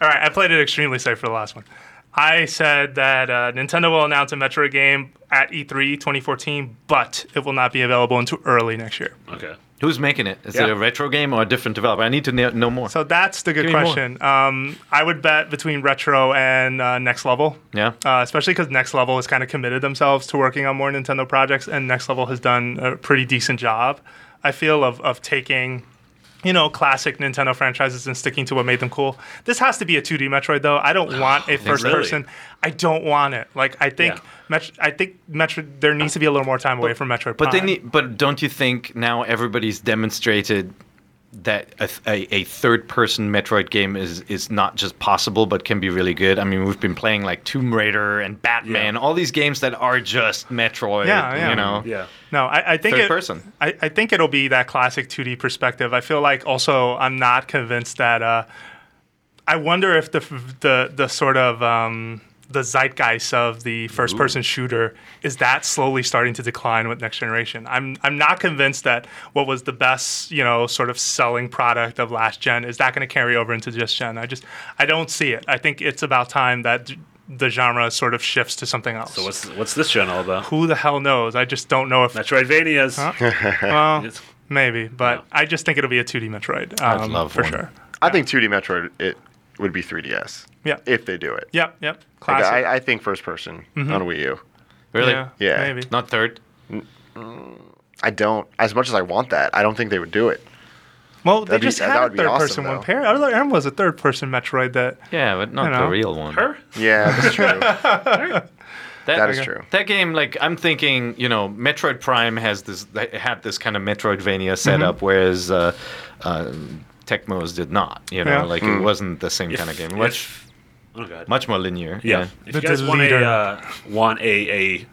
all right, I played it extremely safe for the last one. I said that uh, Nintendo will announce a Metroid game at E E3 2014, but it will not be available until early next year. Okay. Who's making it? Is it Yeah. a retro game or a different developer? I need to know, know more. So that's the good Give me more. question. Um, I would bet between Retro and uh, Next Level. yeah. Uh, especially because Next Level has kind of committed themselves to working on more Nintendo projects, and Next Level has done a pretty decent job, I feel, of, of taking, you know, classic Nintendo franchises and sticking to what made them cool. This has to be a 2D Metroid, though. I don't want a first person. I don't want it. Like, I think, Yeah. Met- I think Metroid, there needs to be a little more time away from Metroid But they Prime. need, but don't you think now everybody's demonstrated that a, th- a, a third person Metroid game is is not just possible but can be really good? I mean, we've been playing like Tomb Raider and Batman, all these games that are just Metroid, Yeah, yeah. you know. Yeah. No, I, I think Third it, person. I, I think it'll be that classic 2D perspective. I feel like also I'm not convinced that. Uh, I wonder if the f- the the sort of um, the zeitgeist of the first person shooter is that slowly starting to decline with next generation. I'm I'm not convinced that what was the best you know sort of selling product of last gen is that going to carry over into this gen. I just I don't see it. I think it's about time that. The genre sort of shifts to something else. So what's what's this gen all about? Who the hell knows? I just don't know if Metroidvanias. It's- Maybe, but I just think it'll be a 2D Metroid. Um, love for one. sure. I think 2D Metroid it would be 3DS. Yeah. If they do it. Yep, yep. Like, Classic. I, I think first person Mm-hmm. on Wii U. Really? Yeah, Yeah. Maybe. Not third. I don't. As much as I want that, I don't think they would do it. Well, they That'd be- just that had a would be third awesome, person one. though. Pair. Arm was a third person Metroid that. Yeah, but not You know. the real one. Her? Yeah, that's true. that is Okay. true. That game, like I'm thinking, you know, Metroid Prime has this had this kind of Mm-hmm. Metroidvania setup, whereas uh, uh, Tecmo's did not. You know, Yeah. Mm. like it wasn't the same kind of game. Which If, Oh, God. Much more linear. Yeah. If The you guys want a, deleter. uh, want a, a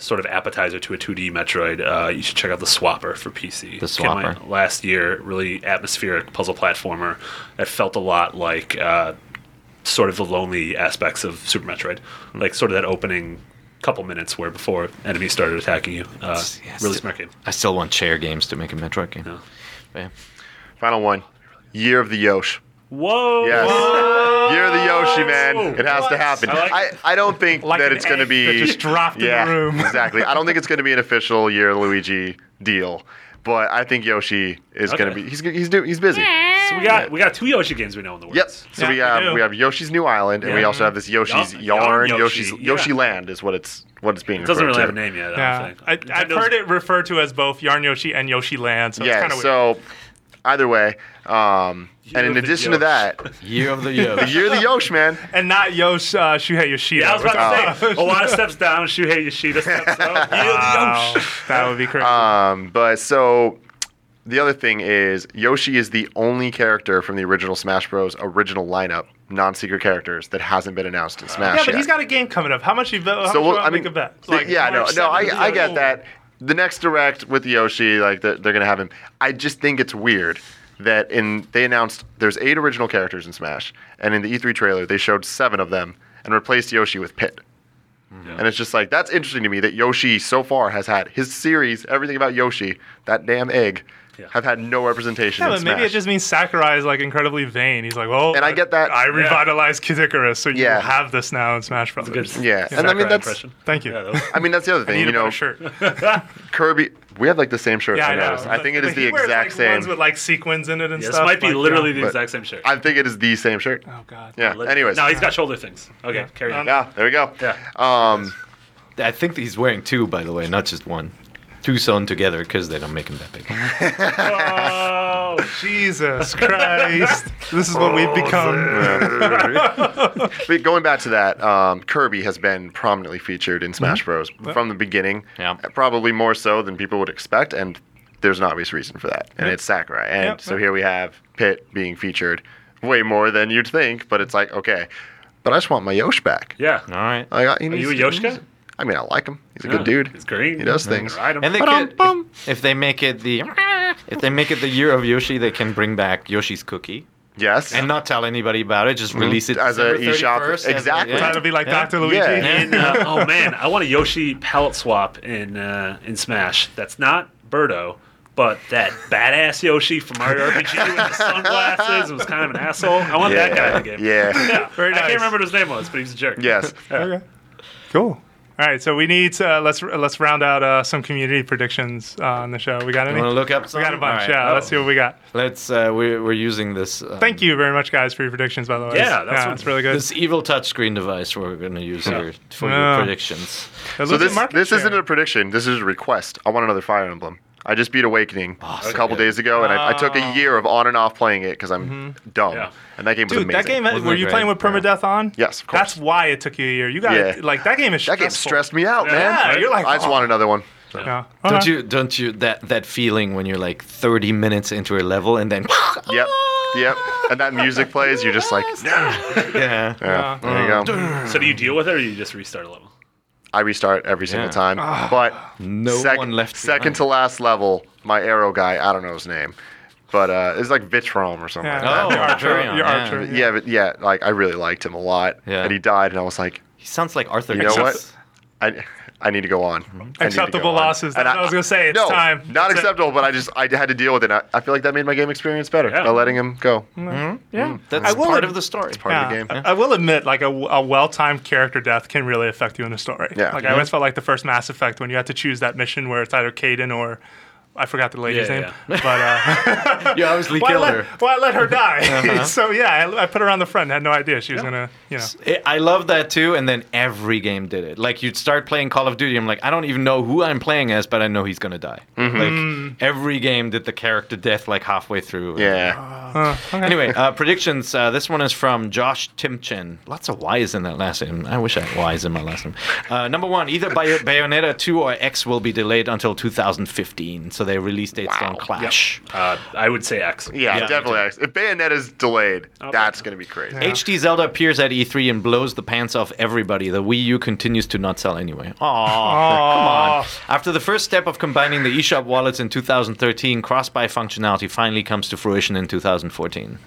sort of appetizer to a 2D Metroid, uh, you should check out the Swapper for PC. The Came out Swapper. last year, really atmospheric puzzle platformer that felt a lot like uh, sort of the lonely aspects of Super Metroid, Hmm. like sort of that opening couple minutes where before enemies started attacking you. Uh, Yes, yes. really smart game. I still want chair games to make a Metroid game. No. Yeah. Final one. Year of the Yosh. Whoa! Yes. Year of the Yoshi, man. It has to happen. I like I, I don't think Like that an it's going to egg that be just dropped in the yeah, room. exactly. I don't think it's going to be an official Year Luigi deal, but I think Yoshi is going to Okay. be. He's he's do, he's busy. So we got we got two Yoshi games we know in the world. Yep. Yeah, So we we have do. we have Yoshi's New Island, and we Yeah. also have this Yoshi's Yarn- Yarn, Yarn Yoshi, Yoshi's yeah. Yoshi Land is what it's what it's being. It doesn't really referred to. have a name yet. I Yeah, don't I, think. I've Nintendo's- heard it referred to as both Yarn Yoshi and Yoshi Land, so it's yeah. kind of weird. So either way, um, Year and in of the addition to Yosh. that, Year of the Year. Year of the Yosh, man. And not Yosh uh, Shuhei Yoshida. Yeah, I was about to Wow. say oh, a lot of steps down. Shuhei Yoshida steps up. Wow, that would be crazy. Um, but so the other thing is Yoshi is the only character from the original Smash Bros. original lineup, non-secret characters that hasn't been announced in Smash yeah, but yet. he's got a game coming up. How much you? How much so we'll- you I wanna mean, make a bet? th- yeah, no, March no, I, I 7th, get oh. that. The next direct with Yoshi, like they're, they're gonna have him. I just think it's weird that in they announced there's eight original characters in Smash, and in the E3 trailer they showed seven of them and replaced Yoshi with Pit. And it's just like that's interesting to me that Yoshi so far has had his series, everything about Yoshi, that damn egg, Yeah. have had no representation. Yeah, in but maybe Smash. it just means Sakurai is like incredibly vain. He's like, well, And I get that. I Yeah. revitalized Kid Icarus, so you Yeah. have this now in Smash Bros. yeah, and I Sakurai mean that's impression. Thank you. Yeah, that was- I mean that's the other thing, Need you a know, better shirt. Kirby. We have like the same shirt. Yeah, I, I know. noticed. I think it But is the he wears, exact like, same. ones with like sequins in it and Yeah, this stuff. might be like, literally the But- exact same shirt. I think it is the same shirt. Oh god. Yeah. Anyways. no, he's got shoulder things. Okay, carry on. yeah. There we go. Yeah. Um, I think he's wearing two, by the way, not just one. Two sewn together because they don't make them that big. Oh Jesus Christ! this is what Oh, we've become. but going back to that, um, Kirby has been prominently featured in Smash Mm-hmm. Bros. from the beginning. uh, Yeah. Probably more so than people would expect, and there's an obvious reason for that, and it's Sakurai. And Yep, so yep. here we have Pit being featured way more than you'd think, but it's like okay, but I just want my Yosh back. Yeah. All right. Uh, I got, Are you a Yoshka? I mean, I like him. He's a Yeah, good dude. He's green. He does things. Ride him. And they Ba-dum, can, bum. if, if they make it the if they make it the year of Yoshi, they can bring back Yoshi's cookie Yes. and not tell anybody about it. Mm-hmm. Just release it As a December eShop. 31st, as a- Exactly. yeah. That'll be like Yeah. Dr. Luigi. Yeah. And, uh, oh man, I want a Yoshi palette swap in uh, in Smash. That's not Birdo, but that badass Yoshi from Mario RPG with the sunglasses. It was kind of an asshole. I want that guy in the game. Yeah. Yeah. Very I nice. can't remember what his name was, but he was a jerk. yes. Okay. Cool. All right, so we need to uh, let's let's round out uh, some community predictions uh, on the show. We got any? You want to look up? we got a some? bunch. All right. Yeah, let's see what we got. Let's. Uh, we're, we're using this. Um, Thank you very much, guys, for your predictions. By the way, Yeah, that's what- that's really good. This evil touchscreen device we're going to use here for Yeah. your predictions. So this this isn't a prediction. This is a request. I want another Fire Emblem. I just beat Awakening so a couple good. days ago, and I, I took a year of on and off playing it because I'm dumb. Yeah. And that game was Mm-hmm. dude. amazing. That game. Wasn't were it you great? playing with permadeath on? Yes, of course. That's why it took you a year. You got to Yeah. like that game is that game stressful. stressed me out, Yeah. man. Yeah, you're like I just want another one. oh, yeah. Don't Uh-huh. Okay. you? Don't you? That that feeling when you're like 30 minutes into a level and then. Yep. Yep. And that music plays. You're just like, Yeah. yeah, there you go. So do you deal with it, or do you just restart a level? I restart every Yeah. single time. Ah. But No sec- one left. second behind. to last level, my arrow guy. I don't know his name, but uh, it's like Vitrom or something. Yeah. like that. Oh, Your archer. Arturion, Your yeah. archer. Yeah, but yeah, like I really liked him a lot. Yeah. And he died, and I was like, He sounds like Arthur. you know Christmas. what? I I need to go on. I need to go Acceptable on. losses. That's And what I was gonna say. It's no, time. Not That's it. acceptable, but I just I had to deal with it. I, I feel like that made my game experience better Yeah. by letting him go. Yeah. Mm. That's will part ad- of the story. It's part of the game. I I will admit, like a, a well-timed character death can really affect you in a story. Yeah. Like I Mm-hmm. always felt like the first Mass Effect when you had to choose that mission where it's either Caden or I forgot the lady's Yeah, name, but uh, You obviously why, I killed let, her. Uh-huh. why I let her die? so yeah, I, I put her on the front. Had no idea she was gonna, you know. It- I love that too, and then every game did it. Like you'd start playing Call of Duty, I'm like, I don't even know who I'm playing as, Mm-hmm. but I know he's gonna die. Like every game did the character death like halfway through. Yeah. Anyway, uh, predictions. Uh, this one is from Josh Timchen. Lots of Y's in that last name. I wish I had Y's in my last name. Uh, number one, either Bay- Bayonetta 2 or X will be delayed until 2015. So their release dates Wow. don't clash. Uh, I would say X. Yeah, Yeah. definitely. X. If Bayonetta's delayed, that's going to be crazy. HD Zelda appears at E3 and blows the pants off everybody. The Wii U continues to not sell anyway. Aww, come on. After the first step of combining the eShop wallets in 2013, cross-buy functionality finally comes to fruition in 2014.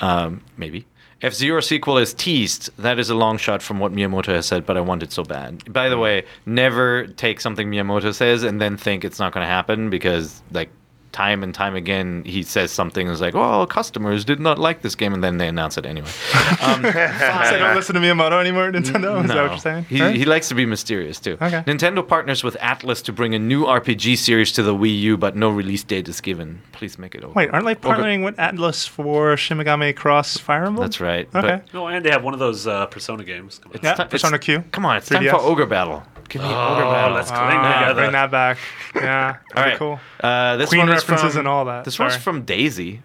Um, maybe. F Zero sequel is teased. That is a long shot from what Miyamoto has said, but I want it so bad. By the way, never take something Miyamoto says and then think it's not going to happen because, like, time and time again, he says something and is like, oh, customers did not like this game, and then they announce it anyway. Um, So they don't listen to Miyamoto anymore, Nintendo? Is that what no. you're saying? He, Huh? he likes to be mysterious too. Okay. Nintendo partners with Atlas to bring a new RPG series to the Wii U, but no release date is given. Please make it over. Wait, aren't they partnering with Atlas for Shin Megami Cross Fire Emblem? That's right. but Okay. No, and they have one of those uh, Persona games. Come on. Yeah, ti- it's- Persona Q. Come on, it's time 3DS. for Ogre Battle. Give me Ogre Oh, Battle. let's cling Ah, together. bring that back. Yeah. All That'd be right. cool. Uh, this Queen one is references from, and all that. This Sorry. one's from Daisy.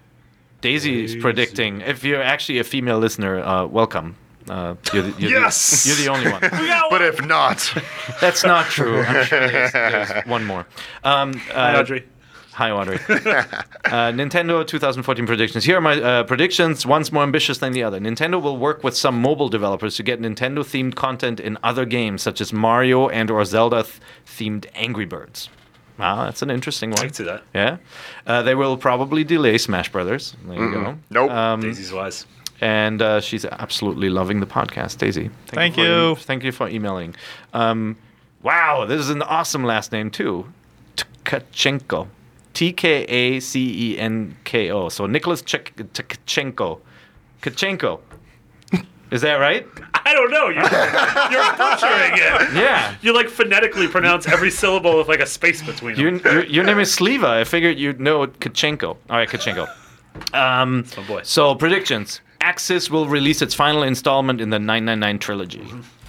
Daisy, is predicting. If you're actually a female listener, uh, welcome. Uh, you're the, you're Yes! The, you're the only one. But if not, That's not true. I'm sure there's, there's one more. Um, uh, Hi, Audrey. Hi, Audrey. uh, Nintendo 2014 predictions. Here are my uh, predictions, one's more ambitious than the other. Nintendo will work with some mobile developers to get Nintendo-themed content in other games, such as Mario and or Zelda-themed Angry Birds. Wow, that's an interesting one. I can see that. Yeah. Uh, they will probably delay Smash Brothers. There you go. nope. Um, Um, Daisy's wise. And uh, she's absolutely loving the podcast, Daisy. Thank for- you. thank you for emailing. Um, wow, this is an awesome last name, too. Tkachenko. T K A C E N K O. So Nicholas Chek- Tkachenko. Kachenko. Is that right? I don't know. You're, you're butchering it. Yeah. You like phonetically pronounce every syllable with like a space between Your, them. your, your name is Sliva. I figured you'd know Kachenko. All right, Kachenko. Um, Oh boy, so, predictions. Axis will release its final installment in the 999 trilogy.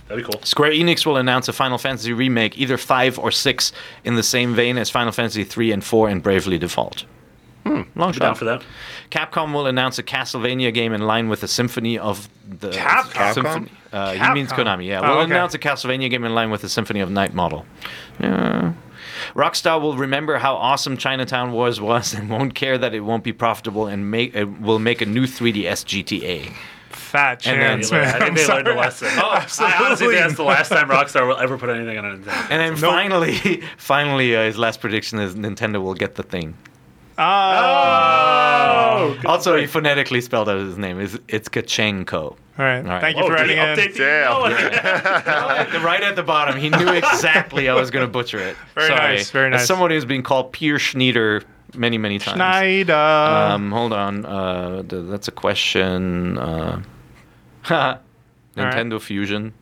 that'd be cool. Square Enix will announce a Final Fantasy remake, either five or six, in the same vein as Final Fantasy three and four and Bravely Default. Hmm, long Down shot. for that. Capcom will announce a Castlevania game in line with the Symphony of the Capcom? Symphony- Uh, He means Capcom. Konami. Yeah, Oh, will okay. announce a Castlevania game in line with the Symphony of Night model. Yeah. Rockstar will remember how awesome Chinatown Wars was and won't care that it won't be profitable and make uh, will make a new 3DS GTA. Fat And then- chance, They learned- man. I think I'm they learned a sorry. Oh, lesson. I honestly think that's the last time Rockstar will ever put anything on a Nintendo. And then finally, finally, uh, his last prediction is Nintendo will get the thing. Oh. Also, he phonetically spelled out his name. It's, it's Kachenko. All right. All right. Thank you Oh, for did he writing in. update the Damn. email again? right at the bottom, he knew exactly I was going to butcher it. Very Sorry. nice, very As nice. someone who's been called Pierre Schneider many, many times. Schneider. Um, hold on. Uh, th- that's a question. Uh, Nintendo Fusion.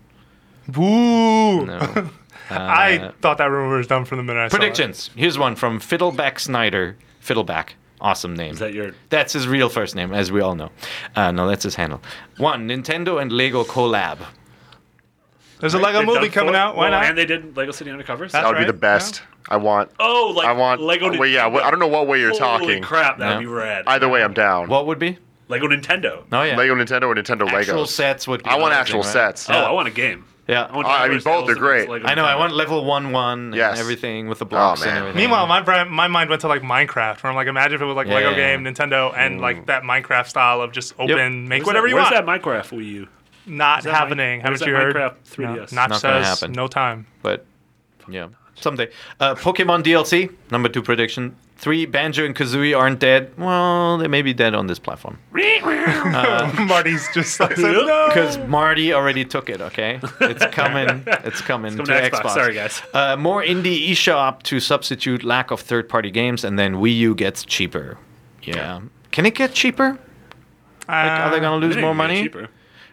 Boo. No. Uh, I thought that rumor was done from the minute I saw it. predictions. Here's one from Fiddleback Snyder. Fiddleback. Awesome name. Is that your? That's his real first name, as we all know. Uh, no, that's his handle. One, Nintendo and Lego collab. There's a Lego they've movie done coming four- out. Why well, not? And they did Lego City Undercover. that would right, be the best. I want. oh, like I want. Lego. well, yeah. well, I don't know what way you're Holy talking. crap, that'd Yeah. be rad. Either way, I'm down. What would be? Lego Nintendo. Oh yeah, Lego Nintendo or Nintendo actual Legos. sets would. Be I want amazing, actual right? sets. Oh, I want a game. Yeah, I, want I mean, Dinosaurs, both are Dinosaurs, great. Lego I know. I Nintendo. want level one one Yes. Oh, and everything with the blocks and man. everything. Meanwhile, my brain, my mind went to like Minecraft, where I'm like, imagine if it was like Lego Yeah. game, Nintendo, and like that Minecraft style of just open, make Where's whatever that, you where's want. that Minecraft Wii U? Not that Min- happening. Haven't where's that you heard? Minecraft No, 3DS? Notch Not gonna says happen. no time. but yeah, someday. Uh, Pokemon DLC number two prediction. Three Banjo and Kazooie aren't dead. Well, they may be dead on this platform Marty's just like, said, no. because Marty already took it. Okay, it's coming. It's coming, coming to Xbox. Sorry, guys. Uh, more indie eShop to substitute lack of third-party games, and then Wii U gets cheaper. Yeah, can it get cheaper? Are Uh, they gonna lose Uh, It ain't more gonna be money? Cheaper.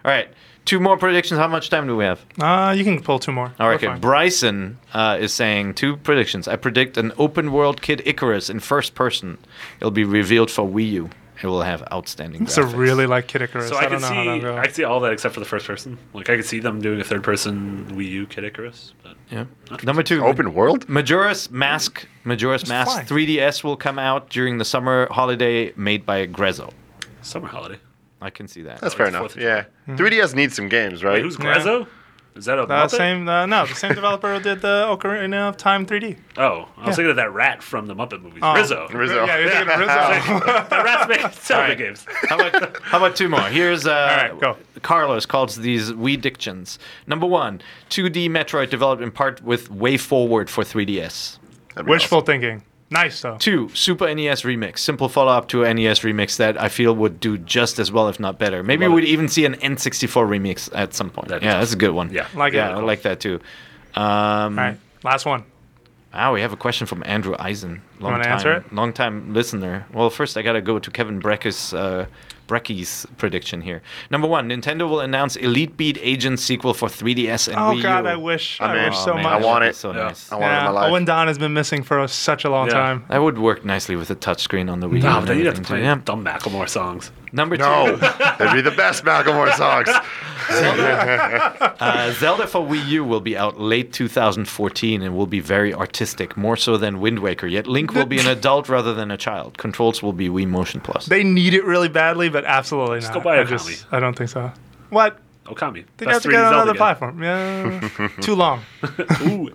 All right. Two more predictions. How much time do we have? Uh, you can pull two more. All We're right. Okay. fine. Bryson uh, is saying two predictions. I predict an open world Kid Icarus in first person. It'll be revealed for Wii U. It will have outstanding graphics. So really like Kid Icarus. So I, I, don't can know how that'll see, go. I can see all that except for the first person. Like I could see them doing a third person Wii U Kid Icarus. But Yeah. Number two. Open world. Majora's Mask. Majora's Mask fine. 3DS will come out during the summer holiday, made by Grezzo. Summer holiday. I can see that. That's fair Oh, it's enough. Fourth of Yeah. Hmm. 3DS needs some games, right? Wait, who's Grezzo? Is that a Uh, Muppet? same, uh, no, the same developer who did the Ocarina of Time 3D. Oh, I was thinking of that rat from the Muppet movies. Oh. Rizzo. Rizzo. Yeah, you're thinking of Rizzo. that rat's making several right. games. How about how about two more? Here's uh, right, go. Carlos calls these we dictions. Number one, 2D Metroid developed in part with Way Forward for 3DS. That'd be Wishful awesome. thinking. Nice, though. Two, Super NES Remix, simple follow up to NES Remix that I feel would do just as well, if not better. Maybe Love we'd it. even see an N64 remix at some point. That'd be yeah, that's a good one. Yeah. Like yeah, it. I like that too. Um, All right, last one. Wow, we have a question from Andrew Eisen. Long wanna time, answer it? long time listener. Well, first I gotta go to Kevin Brecker's uh, Brecky's prediction here. Number one, Nintendo will announce Elite Beat Agent sequel for 3DS and Oh, Wii God, U. I wish. I'm I in. wish Oh, so man, much. I want that'd be it. So Yeah. nice. I want it in my life. Owen Don has been missing for such a long Yeah. time. That would work nicely with a touchscreen on the Wii. U Oh, and but then you'd have to everything, play too. Yeah. dumb Macklemore songs. Number two, No, that'd be the best Macklemore songs. uh, Zelda for Wii U will be out late 2014 and will be very artistic, more so than Wind Waker. Yet Link will be an adult rather than a child. Controls will be Wii Motion Plus. They need it really badly, but absolutely not. Still buy a I just, copy. I don't think so. What? Okami. They have to get on another platform. Yeah. Too long. Ooh.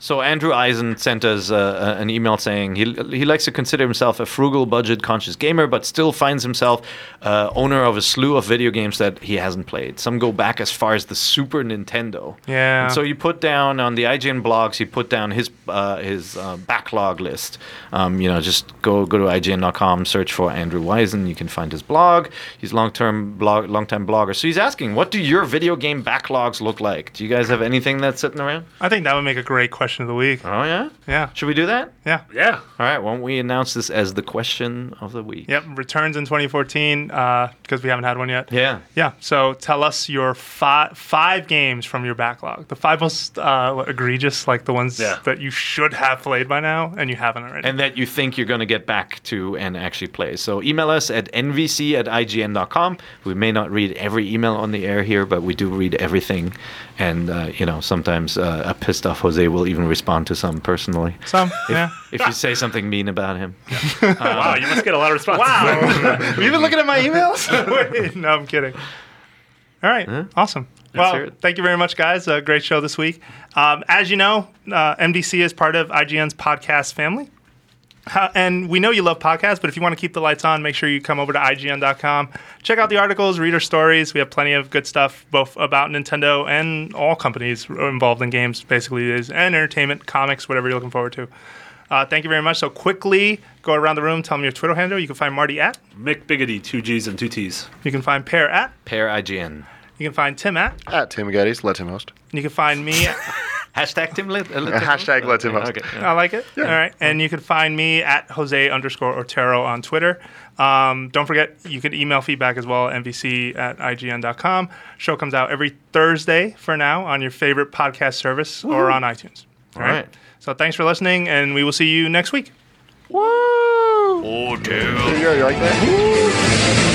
So Andrew Eisen sent us uh, uh, an email saying he he likes to consider himself a frugal, budget-conscious gamer, but still finds himself uh, owner of a slew of video games that he hasn't played. Some go back as far as the Super Nintendo. Yeah. And so he put down on the IGN blogs, he put down his uh, his uh, backlog list. Um, you know, just go go to IGN.com, search for Andrew Eisen. You can find his blog. He's long-term blog, long-time blogger. So he's asking, what do your video game backlogs look like? Do you guys have anything that's sitting around? I think that would make a great question of the week. Oh yeah. Yeah. Should we do that? Yeah. Yeah. All right, won't we announce this as the question of the week? Yep. Returns in 2014 because we haven't had one yet. Yeah. Yeah. So tell us your five five games from your backlog. The five most uh, what, egregious, like the ones Yeah. that you should have played by now and you haven't already. And that you think you're going to get back to and actually play. So email us at nvc at ign.com. We may not read every email on the air here, but we do read everything. And, uh, you know, sometimes uh, a pissed off Jose will even respond to some personally. Some. yeah. If you say something mean about him. wow, you must get a lot of responses. Wow. Have you been looking at my emails? Wait, no, I'm kidding. All right, awesome. hear Well, it. thank you very much, guys. Uh, great show this week. Um, as you know, uh, MDC is part of IGN's podcast family. How- and we know you love podcasts, but if you want to keep the lights on, make sure you come over to IGN.com. Check out the articles, read our stories. We have plenty of good stuff, both about Nintendo and all companies involved in games, basically, it is, and entertainment, comics, whatever you're looking forward to. Uh, thank you very much. So, quickly go around the room, tell me your Twitter handle. You can find Marty at. Mick Biggity, two G's and two T's. You can find Pear at. Pair IGN. You can find Tim at. At Tim Geddes, let him host. You can find me. At, Hashtag Tim Lit. Hashtag let him host. Okay. yeah. I like it. All right, and you can find me at Jose underscore Otero on Twitter. Um, don't forget, you can email feedback as well, mvc at ign.com. Show comes out every Thursday for now on your favorite podcast service or on iTunes. All right. So thanks for listening, and we will see you next week. You like that?